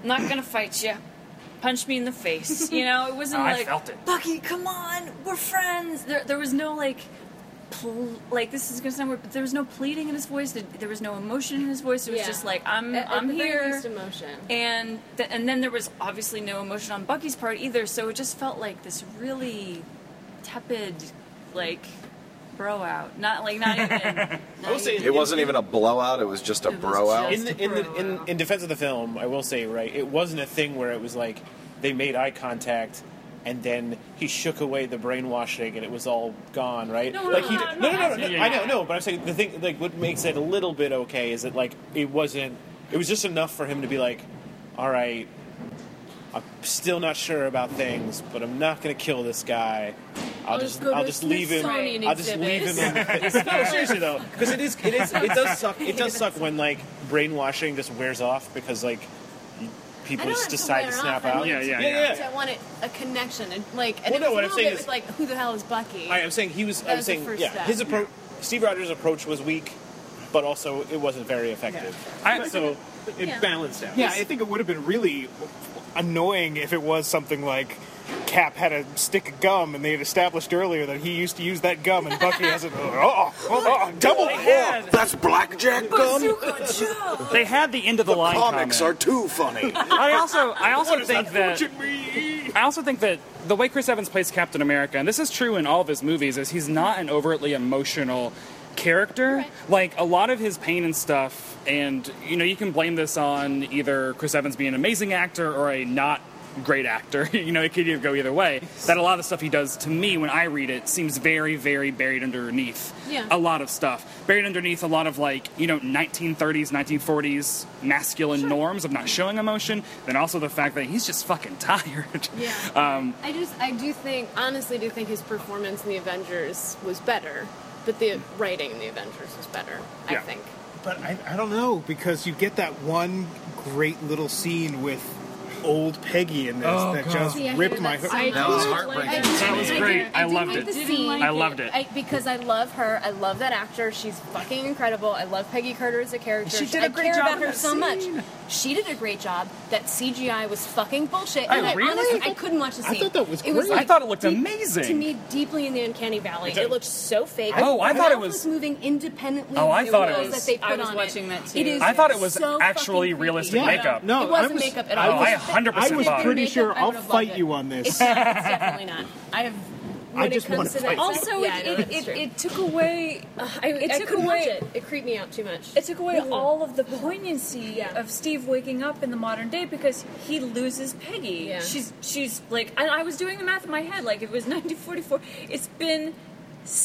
F: I'm not gonna fight you. Punch me in the face." You know, it wasn't
B: I
F: like
B: felt it.
F: Bucky, come on, we're friends. There, there was no like pl- like this is gonna sound weird, but there was no pleading in his voice. There there was no emotion in his voice. It was
C: Yeah.
F: just like I'm
C: At- at
F: I'm
C: the very
F: here.
C: least emotion.
F: And th- and then there was obviously no emotion on Bucky's part either. So it just felt like this really tepid, like bro out. Not like not even. not
D: will say
F: even-
D: it
H: It wasn't even a blowout. It was just a
F: It was
H: bro out.
F: just-
D: in the, in, the, in in defense of the film, I will say right, it wasn't a thing where it was like they made eye contact and then he shook away the brainwashing and it was all gone, right?
F: No, no,
D: like
F: no,
D: he
F: no,
D: d- no,
F: no,
D: no, no,
F: yeah,
D: no,
F: yeah,
D: I know,
F: yeah.
D: no, but I'm saying the thing like what makes it a little bit okay is that like it wasn't it was just enough for him to be like, all right. I'm still not sure about things, but I'm not going to kill this guy. I'll,
C: just
D: just
C: go to
D: I'll just leave him.
C: Smithsonian
D: I'll just leave
C: exhibits.
D: him on no, seriously though, because it is, it is, it does suck. It does suck when like brainwashing just wears off because like you-
C: I
D: people
C: don't have
D: just
C: to
D: decide
C: wear
D: to
C: off,
D: snap
C: I
D: out.
C: mean,
B: Yeah, yeah,
D: yeah.
B: yeah.
C: So I wanted a connection and like and
D: Well,
C: it was
D: no, what
C: a
D: I'm
C: little
D: saying
C: bit
D: is-
C: with like who the hell is Bucky?
D: I, am saying he was.
C: That
D: I'm
C: was the
D: saying
C: first
D: yeah.
C: step.
D: His approach, Steve Rogers' approach was weak, but also it wasn't very effective.
B: I-
D: so it
F: Yeah.
D: balanced out.
E: Yeah, I think it would have been really annoying if it was something like Cap had a stick of gum, and they had established earlier that he used to use that gum, and Bucky hasn't. Oh, oh, oh, double.
B: They had,
H: That's blackjack gum.
B: they had the end of the, line.
H: Comics
B: comment.
H: are too funny.
B: I also I also think that, I also think that the way Chris Evans plays Captain America, and this is true in all of his movies, is he's not an overtly emotional character.
C: Right.
B: Like a lot of his pain and stuff, and you know you can blame this on either Chris Evans being an amazing actor or a not great actor. you know it could either go either way. That a lot of the stuff he does to me when I read it seems very very buried underneath
C: Yeah.
B: a lot of stuff buried underneath a lot of like you know 1930s 1940s masculine norms of not showing emotion then also the fact that he's just fucking tired
C: Yeah.
B: um,
C: I just, I do think, honestly, do think his performance in the Avengers was better, but the writing in the Avengers was better. I
B: Yeah.
C: think.
E: But I, I don't know because you get that one great little scene with old Peggy in this that just
I: See, I
E: ripped
I: hated
E: my.
I: that
E: hook.
I: so
H: That
I: much.
H: was heartbreaking.
B: That was
C: I
B: great.
C: didn't-
B: I
C: didn't
B: loved
C: like
B: it.
C: the
I: Didn't
C: scene.
I: like
B: I loved it.
C: I, because I love her. I love that actor. She's fucking incredible. I love Peggy Carter as a character.
B: She did
C: I
B: a great
C: care
B: job
C: about
B: in
C: her
B: that
C: so
B: scene.
C: much. She did a great job. That CGI was fucking bullshit.
B: Oh,
C: and I
B: really?
C: honestly, I couldn't watch the
E: I
C: scene.
E: thought that was
C: It was
E: great.
B: I
C: like,
B: thought it looked
C: deep-
B: amazing.
C: To me, deeply in the uncanny valley. It looked so fake.
B: Oh, I thought it
C: Ralph
B: was-
C: moving independently.
B: Oh, I
C: of the
B: thought it
C: clothes
B: was-
C: That they
F: I
C: put
F: was
C: on
F: watching
C: it.
F: that too.
C: It is
B: I thought it was
C: so
B: actually
C: fucking creepy.
B: realistic
E: Yeah.
B: makeup.
E: No,
C: it wasn't
E: I was-
C: makeup at
E: I
C: all.
B: was-
C: It was-
B: I 100%
C: If it
B: bought it.
C: were
E: Pretty sure
C: makeup, I
E: I'll
C: would've
E: fight
C: loved it.
E: you on this.
C: It's, not- it's definitely not. I have. When
E: just
C: it comes
E: wanna
C: to
E: fight
C: that,
E: you.
F: Also,
C: yeah,
F: it,
C: no,
F: it,
C: that's
F: it,
C: true.
F: it took away.
C: I,
F: it
C: I
F: took
C: couldn't
F: away.
C: watch it. It creeped me out too much.
F: It took away all of the poignancy
C: Yeah.
F: of Steve waking up in the modern day because he loses Peggy.
C: Yeah.
F: She's she's like, and I was doing the math in my head. Like it was 1944. It's been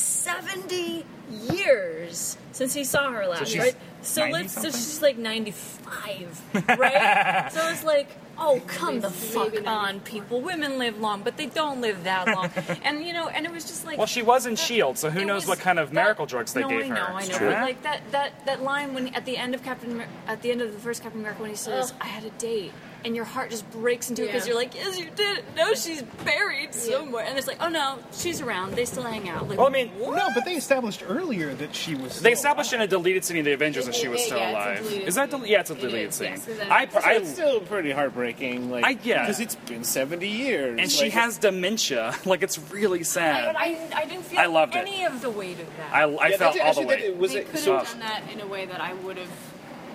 F: 70 years since he saw her last,
B: she's
F: right? So
B: 90
F: let's so
B: something?
F: she's like 95, right? so it's like, oh come the fuck
C: maybe
F: on, people. Women live long, but they don't live that long. and you know, and it was just like,
B: Well, she was in
F: that-
B: S.H.I.E.L.D., E so who
F: it
B: knows
F: was
B: what kind of
F: that-
B: miracle drugs they
F: no,
B: gave
F: I
B: her.
F: know, I
B: It's
F: know.
B: true.
F: But like that, that, that line when at the end of Captain Amer- at the end of the first Captain America when he says,
C: Ugh.
F: "I had a date," and your heart just breaks into it because
C: Yeah.
F: you're like, "Yes, you did. No, she's buried somewhere," and it's like, "Oh no, she's around. They still hang out." Like,
B: Well, I mean,
E: No, but they established earlier that she was.
B: They
E: still alive.
B: established in a deleted scene of the Avengers that she was
C: Yeah,
B: still
C: it's a
B: alive.
C: deleted
B: Is that
C: scene.
B: del- yeah? It's a
C: It
B: deleted
C: is,
B: scene.
C: yes, it's a-
B: I, pr-
D: So
B: I
D: it's still pretty heartbreaking, like
B: I- yeah.
D: because it's been seventy years,
B: and she
D: like-
B: has dementia. Like it's really sad. I,
F: I, I didn't feel
B: I loved it.
F: any of the weight of that.
B: I,
D: Yeah,
B: felt
D: that's-
B: all the
D: actually, that-
B: way.
D: was
C: they
D: it-
C: could have
D: so-
C: done that in a way that I would have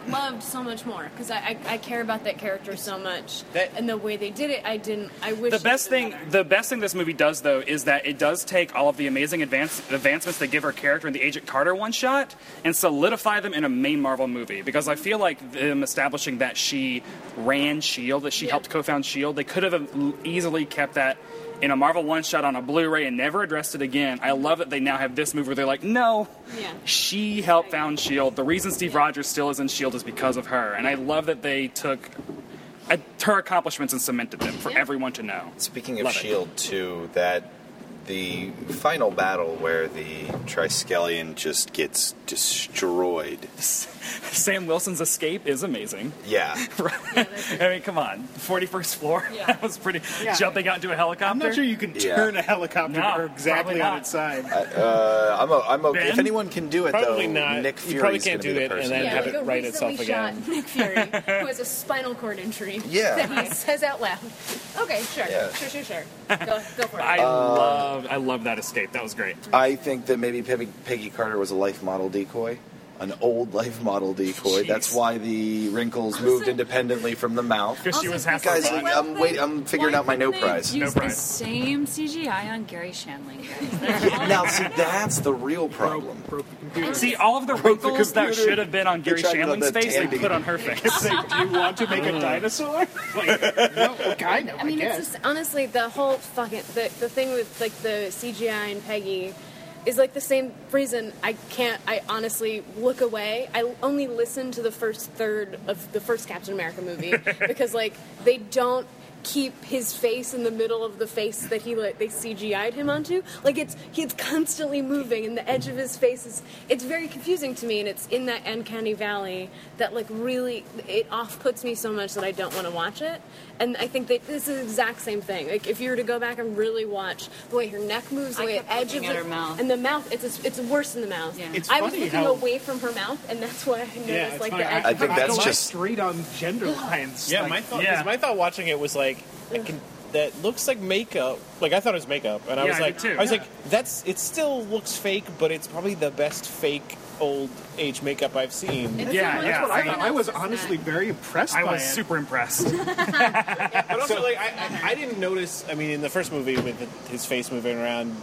C: loved so much more because I, I, I care about that character so much
D: That-
C: and the way they did it i didn't i wish
B: the
C: it
B: best
C: had
B: thing
C: been better.
B: the best thing this movie does though is that it does take all of the amazing advance, advancements they give her character in the agent carter one shot and solidify them in a main marvel movie because i feel like them establishing that she ran shield E that she
C: Yeah.
B: helped co-found shield E they could have easily kept that in a marvel one shot on a blu-ray and never addressed it again i love that they now have this movie where they're like no
C: Yeah.
B: she helped found shield E the reason steve rogers still is in shield E is because of her and i love that they took uh, her accomplishments and cemented them for
C: Yeah.
B: everyone to know
H: Speaking of
B: Love it.
A: E
H: Shield, too, that the final battle where the Triskelion just gets destroyed.
B: Sam Wilson's escape is amazing.
H: Yeah,
B: I mean, come on, forty-first floor.
F: Yeah.
B: that was pretty.
E: Yeah.
B: Jumping out into a helicopter.
E: I'm not sure you can
H: Yeah.
E: turn a helicopter
B: No,
E: exactly
B: probably
E: on
B: not.
E: its side.
H: uh, I'm. O- I'm okay.
B: Ben?
H: If anyone can do it,
D: Probably
H: though,
D: not.
H: Nick
D: You
H: Fury
D: probably can't
H: be
D: do
H: the
D: it and
H: person.
D: then
C: yeah,
D: have
C: like
D: it
C: a
D: right
C: recently
D: itself
C: shot
D: again.
C: Nick Fury, who has a spinal cord injury.
H: Yeah.
C: That he says out loud. Okay, sure.
H: Yeah.
C: Sure, sure, sure. Go, go for it.
B: I love love I love that escape. That was great.
A: I think that maybe Peggy, Peggy Carter was a life model decoy, an old life model decoy.
B: Jeez.
A: That's why the wrinkles moved independently from the mouth.
B: Because she was half
A: Guys,
B: alive.
A: I'm- wait- I'm figuring out my no prize.
F: Use
B: No prize.
F: the same CGI on Gary Shandling. Guys. That's all
A: Now,
F: I
A: see,
F: know.
A: that's the real problem.
E: Broke the computer.
B: See, all of the
A: Broke the
B: wrinkles that
A: computer.
B: should have been on
A: They
B: Gary
A: tried to let
B: Shandling's
A: the
B: face, they
A: tandy-
B: put on her face.
E: Say, do you want to
A: Mm.
E: make a dinosaur? Like, no, kind of.
C: I mean,
E: guess.
C: it's just, honestly the whole fucking the, the thing with like the CGI and Peggy is like the same reason I can't. I honestly look away. I only listen to the first third of the first Captain America movie because like they don't keep his face in the middle of the face that he like they CGI'd him onto. Like it's he's constantly moving and the edge of his face is it's very confusing to me and it's in that uncanny valley that like really it off puts me so much that I don't want to watch it. And I think that this is the exact same thing. Like if you were to go back and really watch the way her neck moves, the
F: I
C: way
F: kept
C: the edge of
F: looking at
C: the-
F: her mouth.
C: and the mouth, it's it's worse in the mouth.
F: Yeah. It's
C: I was
E: funny
C: looking
E: how-
C: away from her mouth and that's why I noticed
E: yeah, it's
C: like
E: funny.
C: the
E: I,
C: edge
A: I
C: of
A: think
C: her
E: I
A: that's
E: go
C: mouth.
A: just-
E: straight on gender lines.
D: Yeah,
E: like,
D: my thought 'cause
B: yeah.
D: my thought watching it was like I can, that looks like makeup. Like I thought it was makeup, and I
B: Yeah,
D: was
B: I
D: like,
B: did too.
D: I was
B: Yeah.
D: like, that's it. Still looks fake, but it's probably the best fake old age makeup I've seen.
F: It's
B: Yeah,
F: someone
B: yeah,
E: That's what I
F: else's
E: thought. I was
F: neck.
E: honestly very impressed
B: I
E: by
B: was
E: it.
B: super impressed.
D: But also, like I, I, I didn't notice. I mean, in the first movie with the, his face moving around,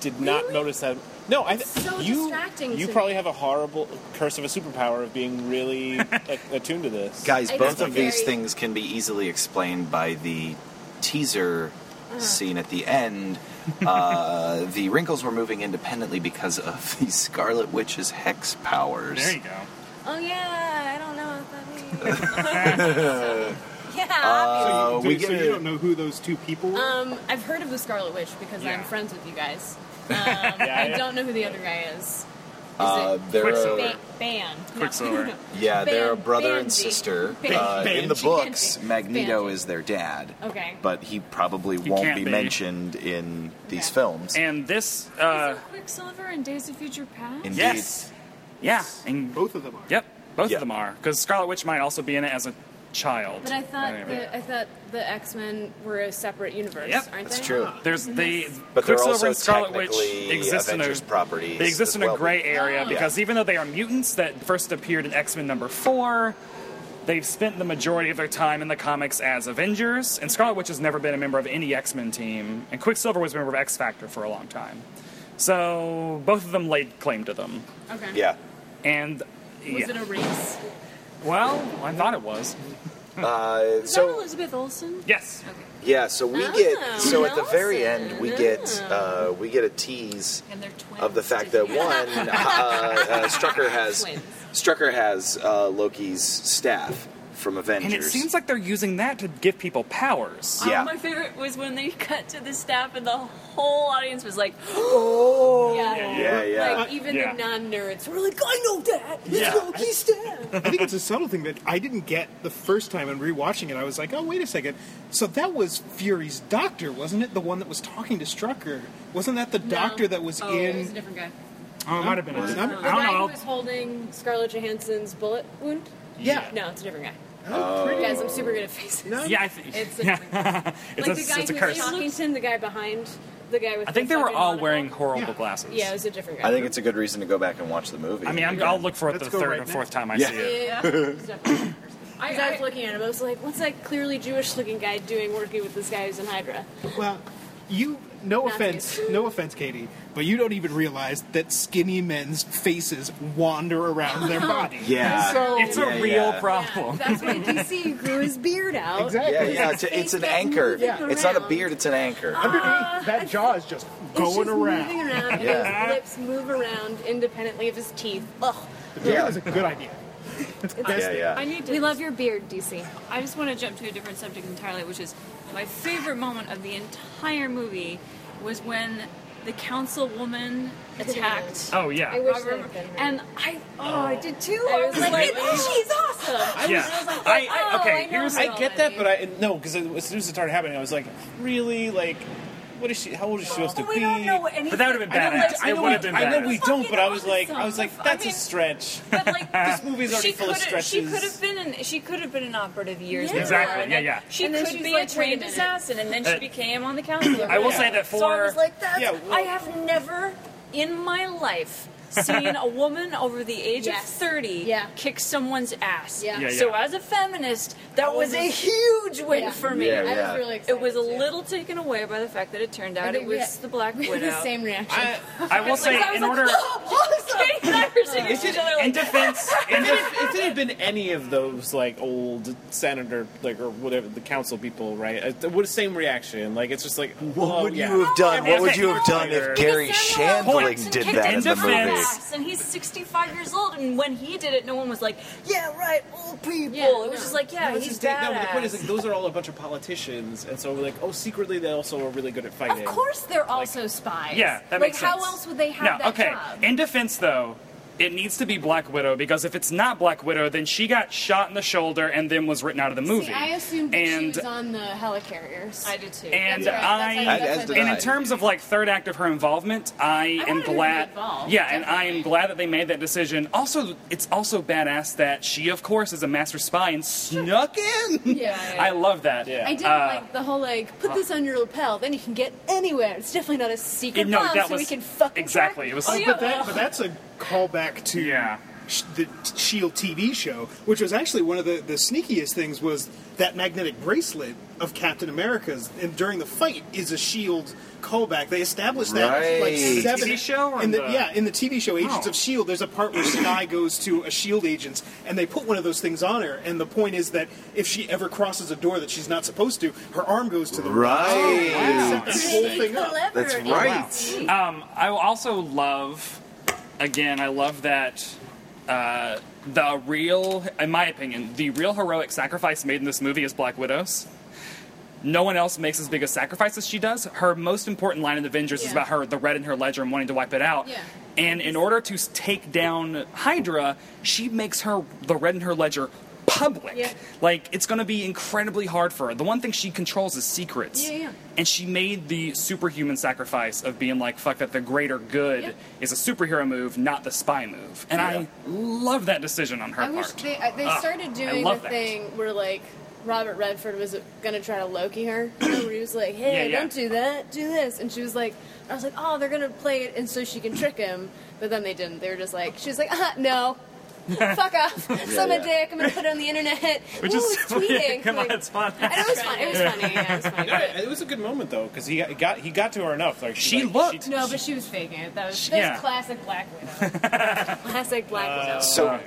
D: did not
C: Really?
D: notice that. No, I th-
C: It's so
D: you
C: distracting
D: you
C: to
D: probably
C: me.
D: have a horrible curse of a superpower of being really a- attuned to this.
A: Guys,
C: I
A: both
C: just
A: of these
C: very-
A: things can be easily explained by the teaser
C: Uh-huh.
A: scene at the end. Uh, the wrinkles were moving independently because of the Scarlet Witch's hex powers.
B: There you go.
C: Oh yeah, I don't know what that means. yeah, obviously.
A: Uh,
E: so
A: we
E: you, so
A: get
E: you
A: a-
E: don't know who those two people were?
C: Um, I've heard of the Scarlet Witch because
B: Yeah.
C: I'm friends with you guys. Um,
D: Yeah,
C: I
D: yeah.
C: don't know who the other guy is. Is
A: Uh,
C: it
A: they're
B: Quicksilver.
A: a,
C: ba- Ban? No.
B: Quicksilver.
A: yeah, they're a
C: Ban-
A: brother and
C: Banshee.
A: sister.
C: Ban-
A: Uh, in the
C: Banshee.
A: books,
C: Banshee.
A: Magneto
C: Banshee.
A: is their dad.
C: Okay.
A: But he probably won't
B: can't
A: be,
B: be.
A: mentioned in these
C: Okay.
A: films.
B: And this
F: Is
B: uh
F: there Quicksilver in Days of Future Past?
A: Indeed.
B: yes. Yeah, and
E: Both of them are.
B: Yep, both
A: Yeah.
B: of them are. Because Scarlet Witch might also be in it as a child.
C: But I thought
B: Anyway.
C: the, I thought the X Men were a separate universe,
B: Yep.
C: aren't
A: That's
C: they?
A: true.
B: there's
C: Mm-hmm.
B: the
A: But they're
B: Quicksilver
A: also
B: and Scarlet Witch
A: technically
B: exist
A: Avengers
B: in a
A: properties
B: they exist
A: as
B: in
A: well.
B: a gray area
C: Oh.
B: because even though they are mutants that first appeared in X Men number four, they've spent the majority of their time in the comics as Avengers. And Scarlet Witch has never been a member of any X Men team, and Quicksilver was a member of X Factor for a long time. So both of them laid claim to them,
C: Okay.
A: Yeah.
B: and
F: Was
B: yeah.
F: it a race?
B: well, I thought it was.
A: Uh,
F: Is that
A: so
F: Elizabeth Olsen?
B: Yes.
A: yeah, so we
C: Oh,
A: get so at the very
C: Nelson.
A: end we get uh, we get a tease
F: And they're twins.
A: of the fact that
F: Did you-
A: one uh, uh, Strucker has
C: Twins.
A: Strucker has uh, Loki's staff from Avengers.
B: And it seems like they're using that to give people powers.
A: Yeah.
F: Oh, my favorite was when they cut to the staff and the whole audience was like, "Oh,
C: Yeah.
A: yeah, yeah.
C: Like even
B: Yeah.
C: the non nerds were like, I know that. It's
B: Yeah.
C: Loki's dad.
E: I think it's a subtle thing that I didn't get the first time in rewatching it. I was like, oh, wait a second. So that was Fury's doctor, wasn't it? The one that was talking to Strucker. Wasn't that the doctor that was
F: Oh,
E: in.
F: it was a different guy.
B: Oh, it might have been.
E: Was
B: A,
E: it
B: I
E: not?
B: don't
C: The guy who
B: know.
C: was holding Scarlett Johansson's bullet wound.
E: Yeah.
C: No, it's a different guy.
E: Oh, pretty-
C: Guys, I'm super good at faces.
E: No.
B: Yeah, I think
C: It's a different guy.
B: it's,
C: like
B: a,
C: the guy
B: it's a
C: who was
B: curse.
C: talking to him, the guy behind the guy with.
B: I think
C: the
B: they were
C: fucking
B: all
C: monocle.
B: wearing horrible
E: Yeah.
B: glasses.
C: Yeah, it was a different guy.
A: I think it's a good reason to go back and watch the movie.
B: I mean, I'm,
A: again.
B: I'll look for it
E: Let's
B: the
E: go
B: third
E: right
B: or
E: now.
B: fourth time I
A: Yeah.
B: see it.
C: Yeah. Because I was looking at him, I was like, "What's that clearly Jewish-looking guy doing working with this guy who's in Hydra?"
E: Well, you. No
C: Nazis.
E: offense, no offense, Katie, but you don't even realize that skinny men's faces wander around their body.
A: Yeah.
E: So-
B: It's
A: Yeah,
B: a real
A: yeah.
B: problem.
C: that's why DC grew his beard out.
E: Exactly.
A: yeah, yeah, it's, a- it's an
C: Face gets
A: anchor.
C: moving
A: It's not a
C: around.
A: beard; it's an anchor.
E: Underneath, that jaw is just
C: Ah, It's
E: going
C: just
E: around.
C: moving around, and
A: Yeah.
C: his lips move around independently of his teeth. Ugh.
E: The beard
A: Yeah.
E: is a good idea.
A: yeah, yeah.
F: I need to.
C: We love your beard, DC.
F: I just want to jump to a different subject entirely, which is my favorite moment of the entire movie was when the councilwoman attacked.
B: Oh
C: I
B: yeah.
C: wish
F: Robert-
C: that had been her.
F: and I, oh, I "Oh, did too.
C: I was like, she's awesome.
B: Yeah. I,
F: "Oh,
B: okay. here's
C: I
D: I get that, but I no because as soon as it started happening, I was like, really like what is she? How old is she supposed to
F: But
D: be?
F: we don't know anything.
B: But that would've been
F: I know,
B: badass.
F: like,
B: I
D: I know,
B: would've
D: we-
B: been
D: I know
B: badass.
D: we don't, but I was like, I was like,
F: Fucking
D: that's
F: awesome.
D: a stretch.
F: But like this
D: movie's already full of
I: She
D: stretches.
I: could have been an she could have been an operative years
F: Yeah.
I: before.
B: Exactly,
I: and
B: yeah,
I: then
B: yeah.
I: She
F: And then
I: could
F: she's like,
I: be a
F: wait a
I: trained
F: minute.
I: assassin, and then she
B: Uh,
I: became on the council.
B: I will say that
I: so I was
B: for-
I: like, that's
D: Yeah, well-
I: I have never in my life seen a woman over the age of
C: Yes.
I: thirty
C: Yeah.
I: kick someone's ass.
C: Yeah. Yeah,
I: So
B: yeah.
I: as a feminist, that
C: Oh,
I: was a
C: this-
I: huge win
C: Yeah.
I: for me.
H: Yeah,
C: I
H: yeah.
C: was really excited.
I: It was a
C: too.
I: little taken away by the fact that it turned
C: I
I: out
C: think
I: it
C: we
I: was
C: had-
I: the Black
C: We
I: Widow.
C: had the same reaction.
D: I,
B: I will say,
I: I was
B: in
I: like,
B: order,
I: oh, Katie and I were singing to each other like,
B: in defense, in def-
D: if it had been any of those like old senator, like or whatever the council people, right? It would the same reaction. Like it's just like,
A: What
D: oh,
A: would
D: yeah.
A: you have done?
B: Okay,
A: What would
B: okay,
A: you have done
B: here.
A: if Gary
I: Samuel
A: Shandling
I: Jackson
A: did
I: kicked
A: that in
I: his
A: the movie?
B: defense.
I: ass, And he's 65 years old, and when he did it, no one was like, "Yeah, right, old people."
C: Yeah,
I: it was
C: no.
I: just like, "Yeah,
D: No, it's
I: he's
D: just that- no, but the point is,
I: badass."
D: like, those are all a bunch of politicians, and so we're like, oh, secretly they also are really good at
I: Of
D: fighting.
I: course, they're also spies.
B: yeah, that
I: like,
B: makes
I: how
B: sense.
I: else would they
B: no,
I: have that
B: okay.
I: job?
B: In defense, though, it needs to be Black Widow because if it's not Black Widow, then she got shot in the shoulder and then was written out of the movie.
C: See, I assumed that
B: and
C: she was on the helicarriers.
I: I do too.
B: and
C: That's right,
B: I
C: that's
H: As-
C: how-
H: as
C: that's
H: did
C: how-
B: And
H: I.
B: in terms of like third act of her involvement, I,
F: I
B: am
F: wanted her to be
B: glad.
F: involved,
B: yeah, and I am glad that they made that decision. Also, it's also badass that she, of course, is a master spy and snuck in.
C: Yeah, yeah,
B: I love that.
D: Yeah.
C: I didn't
B: Uh,
C: like the whole like put this on your lapel, then you can get anywhere. It's definitely not a secret
B: It- no,
C: bomb,
B: that
C: so we
B: was-
C: can fucking
B: exactly.
C: track
B: It was
C: Oh,
B: super-
C: yeah,
E: But, that, but that's a callback to
B: Yeah.
E: sh- the Shield TV show, which was actually one of the, the sneakiest things was that magnetic bracelet of Captain America's, and during the fight is a Shield callback. They established that like
H: Right. In the
E: seven
B: TV show or
E: in the,
B: in the-
E: yeah in the TV show Agents
B: Oh.
E: of Shield. E There's a part where Sky goes to a Shield E agent, and they put one of those things on her. And the point is that if she ever crosses a door that she's not supposed to, her arm goes to the
H: Right.
E: Set this whole thing up.
H: That's right.
B: I also love, again, I love that uh, the real, in my opinion, the real heroic sacrifice made in this movie is Black Widow's. No one else makes as big a sacrifice as she does. Her most important line in Avengers is
C: Yeah.
B: about her, the red in her ledger, and wanting to wipe it out.
C: Yeah.
B: And in order to s- take down Hydra, she makes her the red in her ledger public.
C: Yeah.
B: Like it's going to be incredibly hard for her. The one thing she controls is secrets.
C: Yeah, yeah.
B: And she made the superhuman sacrifice of being like, fuck that the greater good
C: Yeah.
B: is a superhero move, not the spy move. And I love that decision on her
C: I
B: part.
C: wish they I- they
B: Ah,
C: started
B: I
C: doing the
B: love that.
C: thing where like Robert Redford was gonna try to Loki her, where he was like, "Hey,
B: Yeah, yeah.
C: don't do that, do this," and she was like, "I was like, oh, they're gonna play it, and so she can trick him," but then they didn't. They were just like, she was like, "Uh, no." Fuck off! It's on my
H: yeah.
C: dick. I'm gonna put it on the internet.
B: Which
C: Ooh,
B: is
C: it's tweeting.
B: come
C: like,
B: on, it's fun.
C: and it was fun. It was funny. Yeah, it was funny.
D: Yeah, it was a good moment though, because he got he got to her enough. Like
B: She
D: like,
B: looked.
F: No, but she was faking it. That was,
C: That was
B: Yeah.
C: classic Black Widow. classic
I: Uh,
C: Black Widow.
A: So,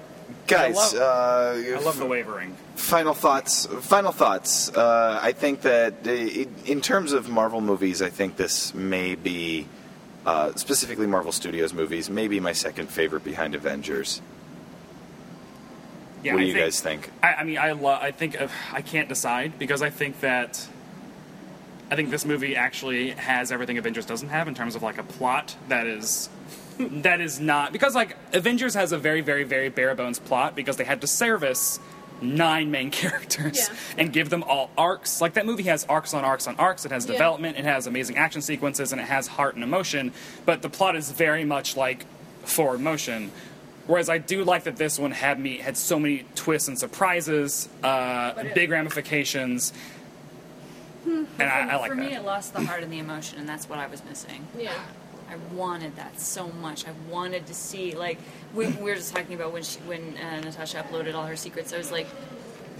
A: guys,
B: I
A: uh,
B: love the wavering.
A: final thoughts. Final thoughts. Uh, I think that uh, in- in terms of Marvel movies, I think this may be uh, specifically Marvel Studios movies, maybe my second favorite behind Avengers.
B: Yeah,
A: what do
B: I
A: you
B: think-
A: guys think?
B: I, I mean, I love. I think of, I can't decide because I think that I think this movie actually has everything Avengers doesn't have in terms of like a plot that is that is not because like Avengers has a very very very bare bones plot because they had to service nine main characters
C: Yeah.
B: and give them all arcs. Like that movie has arcs on arcs on arcs. It has
C: Yeah.
B: development. It has amazing action sequences and it has heart and emotion. But the plot is very much like forward motion. Whereas I do like that this one had me had so many twists and surprises, uh,
F: But it- Hmm,
B: big ramifications, and I, I like
F: for
B: that.
F: me, it lost the heart and the emotion, and that's what I was missing.
C: Yeah.
F: I wanted that so much. I wanted to see like we, we were just talking about when she, when uh, Natasha uploaded all her secrets. I was like,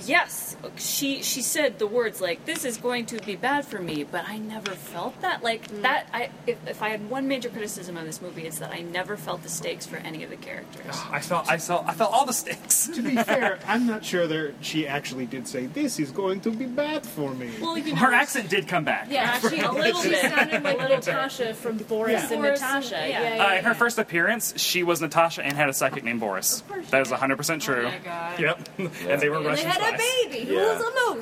F: yes, she she said the words like this is going to be bad for me, but I never felt that like that. I if, if I had one major criticism of this movie, it's that I never felt the stakes for any of the characters.
B: I felt I felt I felt all the stakes.
E: To be fair, I'm not sure there she actually did say this is going to be bad for me.
F: Well, you
B: Her
F: know,
B: accent did come back.
F: yeah, actually a little
C: She
F: bit.
C: sounded like
F: a little bit.
C: Natasha from Boris
E: Yeah.
C: and
F: Boris and-
C: Natasha.
F: yeah.
C: Yeah, yeah,
B: Uh, in her
C: yeah.
B: first appearance, she was Natasha and had a psychic named Boris.
C: course she
B: That is
C: did.
B: 100% true.
F: oh my God.
B: Yep. and they were
C: And they
B: Russian
C: had a
B: spies.
C: baby who
H: Yeah.
C: was a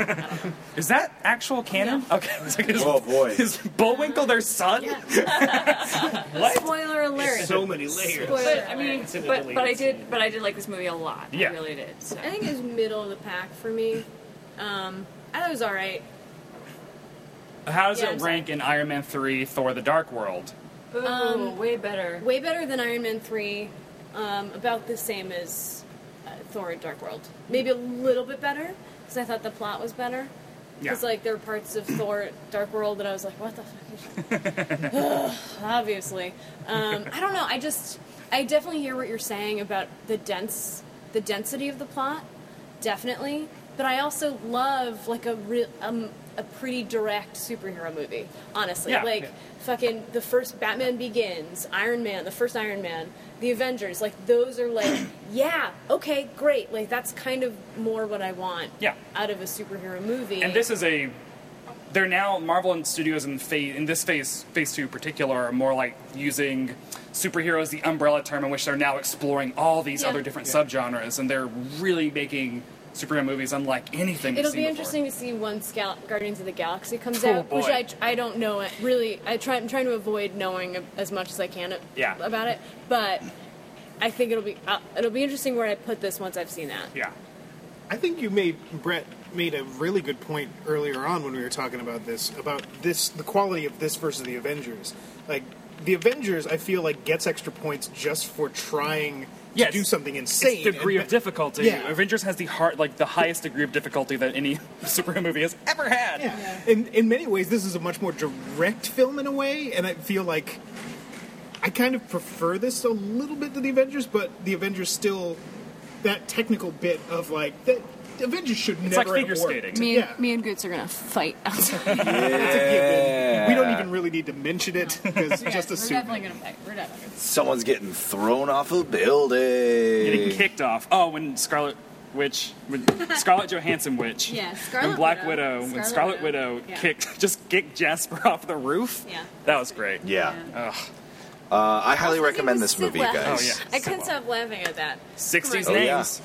C: moose.
B: Is that actual canon? Okay. It's like, is,
H: Oh, boy.
B: Is Bullwinkle their son? what?
C: Spoiler alert.
G: So many layers.
C: Spoiler
F: But I
C: alert.
F: mean, but, but I did, but I did like this movie a lot.
B: Yeah.
F: I really did. So.
C: I think it was middle of the pack for me. Um, I thought it was all right.
B: How does
C: Yeah, I'm
B: it
C: sorry.
B: rank in Iron Man 3 Thor the Dark World?
F: Ooh, Um, way better.
C: Way better than Iron Man 3, um, about the same as uh, Thor and Dark World. Maybe a little bit better, because I thought the plot was better. Because,
B: Yeah.
C: like, there were parts of Thor Dark World that I was like, what the fuck is Ugh, Obviously. Um, I don't know, I just, I definitely hear what you're saying about the dense, the density of the plot, definitely. But I also love, like, a, re- um, a pretty direct superhero movie, honestly.
B: Yeah.
C: Like,
B: Yeah.
C: fucking the first Batman Begins, Iron Man, the first Iron Man, the Avengers, like those are like, yeah, okay, great. Like that's kind of more what I want
B: Yeah.
C: out of a superhero movie.
B: And this is a. They're now Marvel and Studios in phase in this phase phase two in particular are more like using superheroes the umbrella term in which they're now exploring all these
C: Yeah.
B: other different subgenres and they're really making superhero movies unlike anything. we've
C: It'll
B: seen
C: be
B: before.
C: interesting to see once Gal- Guardians of the Galaxy comes
B: Oh,
C: out, which
B: boy.
C: I, I don't know it really. I try I'm trying to avoid knowing as much as I can a-
B: Yeah.
C: about it, but I think it'll be uh, it'll be interesting where I put this once I've seen that.
B: Yeah.
E: I think you made Brett made a really good point earlier on when we were talking about this about this the quality of this versus the Avengers. Like the Avengers, I feel like gets extra points just for trying
B: Yes.
E: to do something insane.
B: It's degree
E: and-
B: of difficulty.
E: Yeah.
B: Avengers has the heart like the highest degree of difficulty that any superhero movie has ever had.
E: Yeah. In in many ways, this is a much more direct film in a way, and I feel like I kind of prefer this a little bit to the Avengers, but the Avengers still that technical bit of like that. the Avengers should
B: It's
E: never
B: like figure
E: have worked.
B: skating.
C: Me,
E: Yeah.
C: me and Goots are gonna fight outside.
E: It's a given. We don't even really need to mention it because just assume.
F: gonna fight. We're definitely gonna.
H: Someone's getting thrown off a building.
B: Getting kicked off. Oh, when Scarlet Witch, when Scarlett Johansson Witch,
I: Yeah,
B: when
I: Scarlet
B: Black Widow,
I: Widow.
B: when
I: Scarlet
B: Scarlet Widow,
I: Widow. Yeah.
B: kicked, just kicked Jasper off the roof.
I: Yeah.
B: that was great.
H: Yeah.
B: Ugh.
H: Uh, I highly recommend this movie,
B: Oh yeah.
H: guys.
C: I couldn't stop laughing at that.
B: Sixties
H: Oh, yeah.
B: names.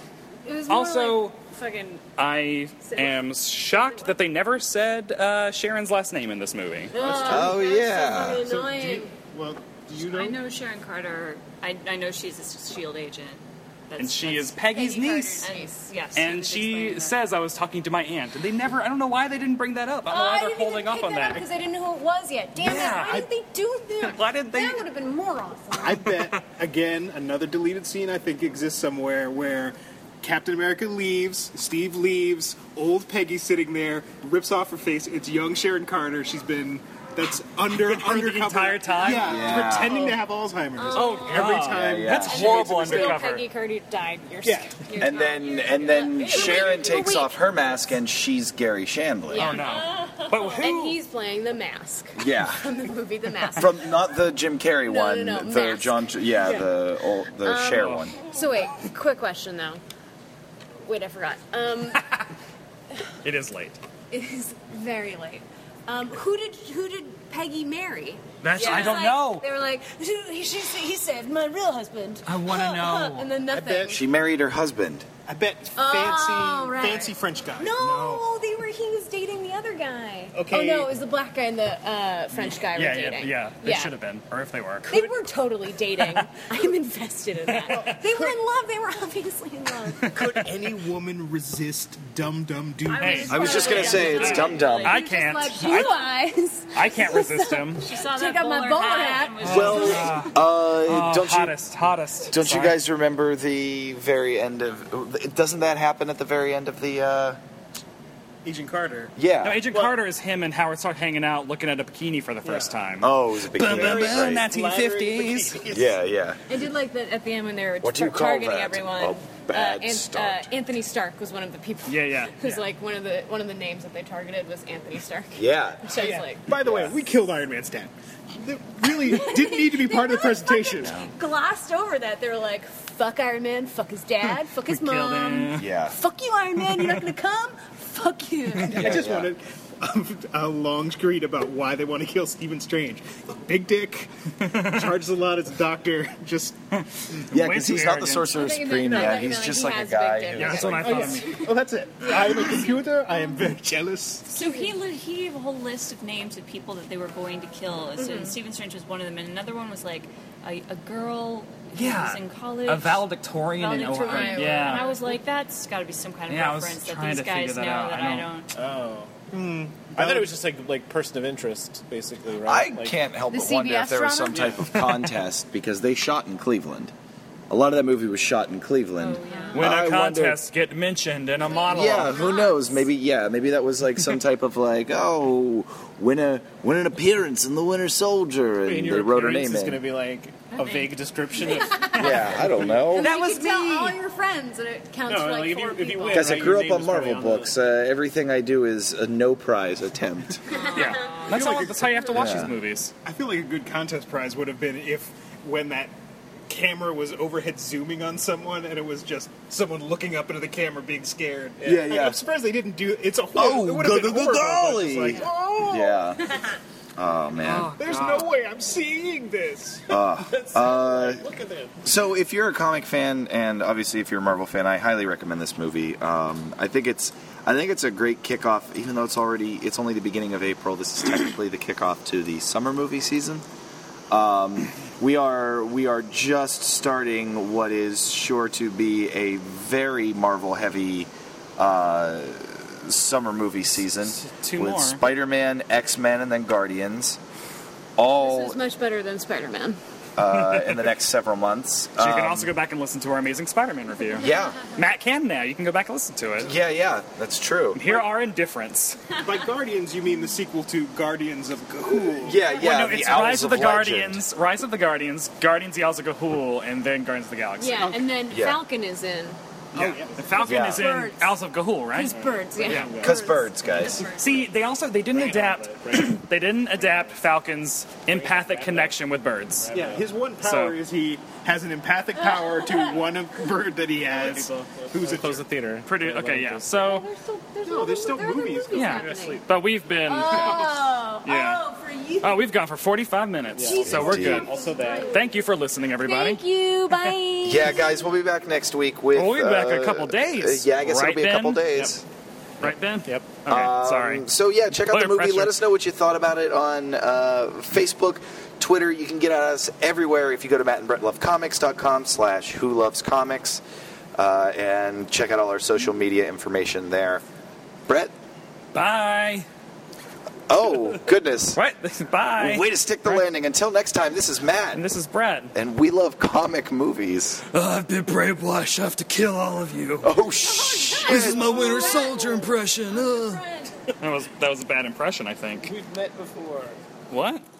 C: It was more
B: Also-
C: like fucking.
B: I am shocked that they never said uh, Sharon's last name in this movie.
H: Oh,
C: Um,
H: yeah.
C: That's so fucking annoying.
E: Well, do you know.
F: I know Sharon Carter. I, I know she's a Shield agent. That's,
B: And she
F: that's
B: is Peggy's
F: Peggy
B: niece.
F: Carter's niece. Yes. you
B: And
F: just explained
B: she
F: that.
B: says I was talking to my aunt, and they never—I don't know why they didn't bring that up. I
C: Oh,
B: don't know why they're holding up on that.
I: because I didn't know who it was yet. Damn
B: Yeah,
I: it! Why
B: I-
I: did they do that?
B: Why didn't they-
I: That would have been more awesome.
E: I bet again another deleted scene I think exists somewhere where Captain America leaves, Steve leaves, old Peggy sitting there, rips off her face. It's young Sharon Carter. She's been that's under
B: For the
E: undercover
B: entire time?
E: Yeah,
H: Yeah.
E: pretending to have Alzheimer's.
B: Oh,
E: Every
B: God.
E: time,
H: Yeah, yeah.
B: That's
H: And
B: horrible
C: Real
B: undercover.
C: Peggy Carter died. You're
E: Yeah.
C: sick. You're
H: And
C: not-
H: then and then
C: Wait,
H: Sharon
C: wait,
H: takes
C: wait.
H: off her mask and she's Gary Shandling.
B: Oh no! But who?
C: And he's playing the mask
H: Yeah.
C: from the movie The Mask.
H: From not the Jim Carrey
C: No,
H: one,
C: no, no,
H: the
C: mask. Um,
H: John, yeah, the old, the Cher one.
C: so wait, quick question though. Wait, I forgot. Um,
B: It is late.
C: it is very late. Um, who did who did Peggy marry?
B: That's
C: She
B: I
C: was
B: don't
C: like-
B: know.
C: They were like, he, he, he saved my real husband.
B: I wanna
C: Huh, huh,
B: know.
C: And then nothing.
E: bet
H: She married her husband.
E: I bet fancy,
C: Oh, right.
E: fancy French guy.
C: no, they were. He was dating the other guy.
E: Okay.
C: Oh no, it was the black guy and the uh, French guy
B: yeah,
C: were
B: yeah,
C: dating.
B: yeah. They should have been, or if they were.
C: They were totally dating. I'm invested in that. They were in love. They were obviously in love.
E: Could any woman resist dumb dumb dude?
B: Hey,
H: I was just gonna say it's dumb dumb.
B: I can't.
C: Like blue
B: I,
C: eyes.
B: I can't resist him.
F: She saw
C: Take
F: that
C: out my
F: bowler
C: bowler hat.
F: hat. and was just
H: Well,
F: like,
H: uh,
B: Oh,
H: don't you
B: hottest, hottest.
H: don't you
B: Sorry.
H: guys remember the very end of? Doesn't that happen at the very end of the? Uh,
E: Agent Carter.
H: yeah.
B: No, Agent Carter is him and Howard Stark hanging out, looking at a bikini for the first time.
H: oh, it was a big
B: Boom,
H: commitment,
B: boom, boom,
H: right?
B: 1950s.
H: Yeah, yeah.
C: I did like that at the end when they were
H: What do you
C: tar-
H: call
C: targeting
H: that?
C: everyone.
H: A bad
C: Ant-
H: start.
C: uh, Anthony Stark was one of the people.
B: Yeah, yeah,
C: Who's
B: yeah.
C: like one of the one of the names that they targeted was Anthony Stark.
H: Yeah.
C: So I was like,
E: By the way, we killed Iron Man's dad. That really didn't need to be part of the presentation.
C: glossed over that. They were like, "Fuck Iron Man, fuck his dad, fuck his
B: Killed
C: mom,
B: him.
H: Yeah.
C: fuck you, Iron Man. You're not gonna come. Fuck you."
E: I just
H: yeah.
E: wanted a long screed about why they want to kill Stephen Strange. Big dick, charges a lot as a doctor. Just
H: Yeah,
B: Way
H: because
B: too
H: he's not
B: arrogant.
H: the Sorcerer
C: I'm thinking that-
H: Supreme.
C: no, I'm
H: Yeah,
C: thinking
H: he's
C: that
H: just
C: he
H: like a
C: has big
H: guy.
C: dick.
H: who-
B: Yeah, that's what I
E: oh,
B: thought.
E: yes. oh, that's it. I am a computer. I am very jealous.
F: So he li- he gave a whole list of names of people that they were going to kill. So
C: Mm-hmm.
F: Stephen Strange was one of them, and another one was like a, a girl who
B: Yeah.
F: was in college,
B: A valedictorian, in
F: valedictorian.
B: Ohio.
F: And I
B: Yeah.
F: was like, that's got to be some kind of
B: Yeah, I was
F: reference that
B: trying
F: these
B: to figure
F: guys
B: that
F: know
B: out.
F: that
B: I
F: I
B: don't-
F: don't.
D: Oh. I thought it was just like like person of interest, basically.
H: I
D: Right? Like,
H: can't help
C: The
H: but wonder if
C: CBS
H: there was some
C: drama?
H: type of contest because they shot in Cleveland. A lot of that movie was shot in Cleveland.
B: When
H: I
B: a
H: wonder-
B: contest get mentioned in a monologue.
H: Yeah, who knows? Maybe yeah, maybe that was like some type of like oh, win a win an appearance in the Winter Soldier,
D: I
H: and
D: mean,
H: they
D: your
H: wrote her
D: appearance
H: name
D: is
H: in.
D: going to be like a vague description. Of,
H: yeah, I don't know.
C: That was me. Tell all your friends, and it counts
D: No,
C: for like,
D: like, if you-
C: four
D: if you
C: people.
D: win-
H: Guys, I
D: Right,
H: grew
D: your
H: up
D: name
H: on
D: is probably
H: Marvel
D: on the-
H: books. Uh, everything I do is a no prize attempt.
B: Yeah. That's, all, that's how you have to watch
H: Yeah.
B: these movies.
E: I feel like a good contest prize would have been if when that camera was overhead zooming on someone and it was just someone looking up into the camera being scared.
H: Yeah,
E: Like,
H: yeah.
E: I'm surprised they didn't do it's a
H: Oh,
E: horror. it would have been
H: go, go, go,
E: horrible, but it's
H: golly.
E: like, oh,
H: Yeah. Oh man.
E: there's no way I'm seeing this. That's- look at this.
A: So, if you're a comic fan, and obviously if you're a Marvel fan, I highly recommend this movie. Um, I think it's, I think it's a great kickoff. Even though it's already, it's only the beginning of April. This is technically the kickoff to the summer movie season. Um, we are, we are just starting what is sure to be a very Marvel-heavy uh, summer movie season
B: two
A: with
B: more.
A: Spider-Man, X-Men, and then Guardians.
C: This
A: All
C: is much better than Spider-Man.
A: uh, in the next several months.
B: So you can
A: Um,
B: also go back and listen to our amazing Spider-Man review.
A: yeah,
B: Matt can now. You can go back and listen to it.
A: Yeah, yeah, that's true.
B: Here are indifference.
E: By Guardians, you mean the sequel to Guardians of Ghoul.
A: Yeah, yeah.
B: Well, Oh, no,
A: the
B: it's
A: Owls
B: Rise of the
A: Legend.
B: Guardians, Rise of the Guardians, Guardians of the Alza Gahul, and then Guardians of the Galaxy.
C: Yeah, and then
A: Yeah.
C: Falcon is in.
B: The Falcon
A: Yeah.
B: is in
C: Birds.
B: Alza Gahul, right?
C: His birds, yeah.
B: Yeah.
A: Cause birds, guys.
B: See, they also they didn't adapt. they didn't adapt Falcon's empathic connection with birds.
E: Yeah, his one power
B: So-
E: is he has an empathic power to one of- bird that he has, who's a
D: close the theater.
B: Pretty
D: Yeah,
B: okay,
D: like
B: yeah.
D: this.
B: So,
C: There's still, there's
E: No,
C: all
E: there's
C: the-
E: still
C: there are
E: movies going
B: Yeah.
C: happening.
B: but we've been.
C: Oh,
B: Yeah.
C: oh, for you.
B: Oh, we've gone for 45 minutes, so we're good.
D: Also that.
B: Thank you for listening, everybody.
C: Thank you. Bye.
A: Yeah, guys, we'll be back next week with.
B: We'll be back in a
A: uh,
B: couple days.
A: uh, yeah, I guess
B: Right,
A: it'll be a
B: Ben?
A: couple days.
B: Right, Ben?
D: Yep.
B: Okay, sorry.
A: Um, so yeah, check out
B: Player
A: the movie.
B: pressure.
A: Let us know what you thought about it on uh, Facebook, Twitter. You can get at us everywhere if you go to mattandbrettlovecomics.com slash who loves comics uh, and check out all our social media information there. Brett?
B: Bye.
A: Oh, goodness.
B: What? Bye.
A: Way to stick the landing. Until next time, this is Matt.
B: And this is Brad.
A: and we love comic movies.
B: Uh, I've been brainwashed. I have to kill all of you.
A: Oh, shit.
B: This is my Winter Soldier Uh. impression. that was that was a bad impression, I think.
D: We've met before.
B: What?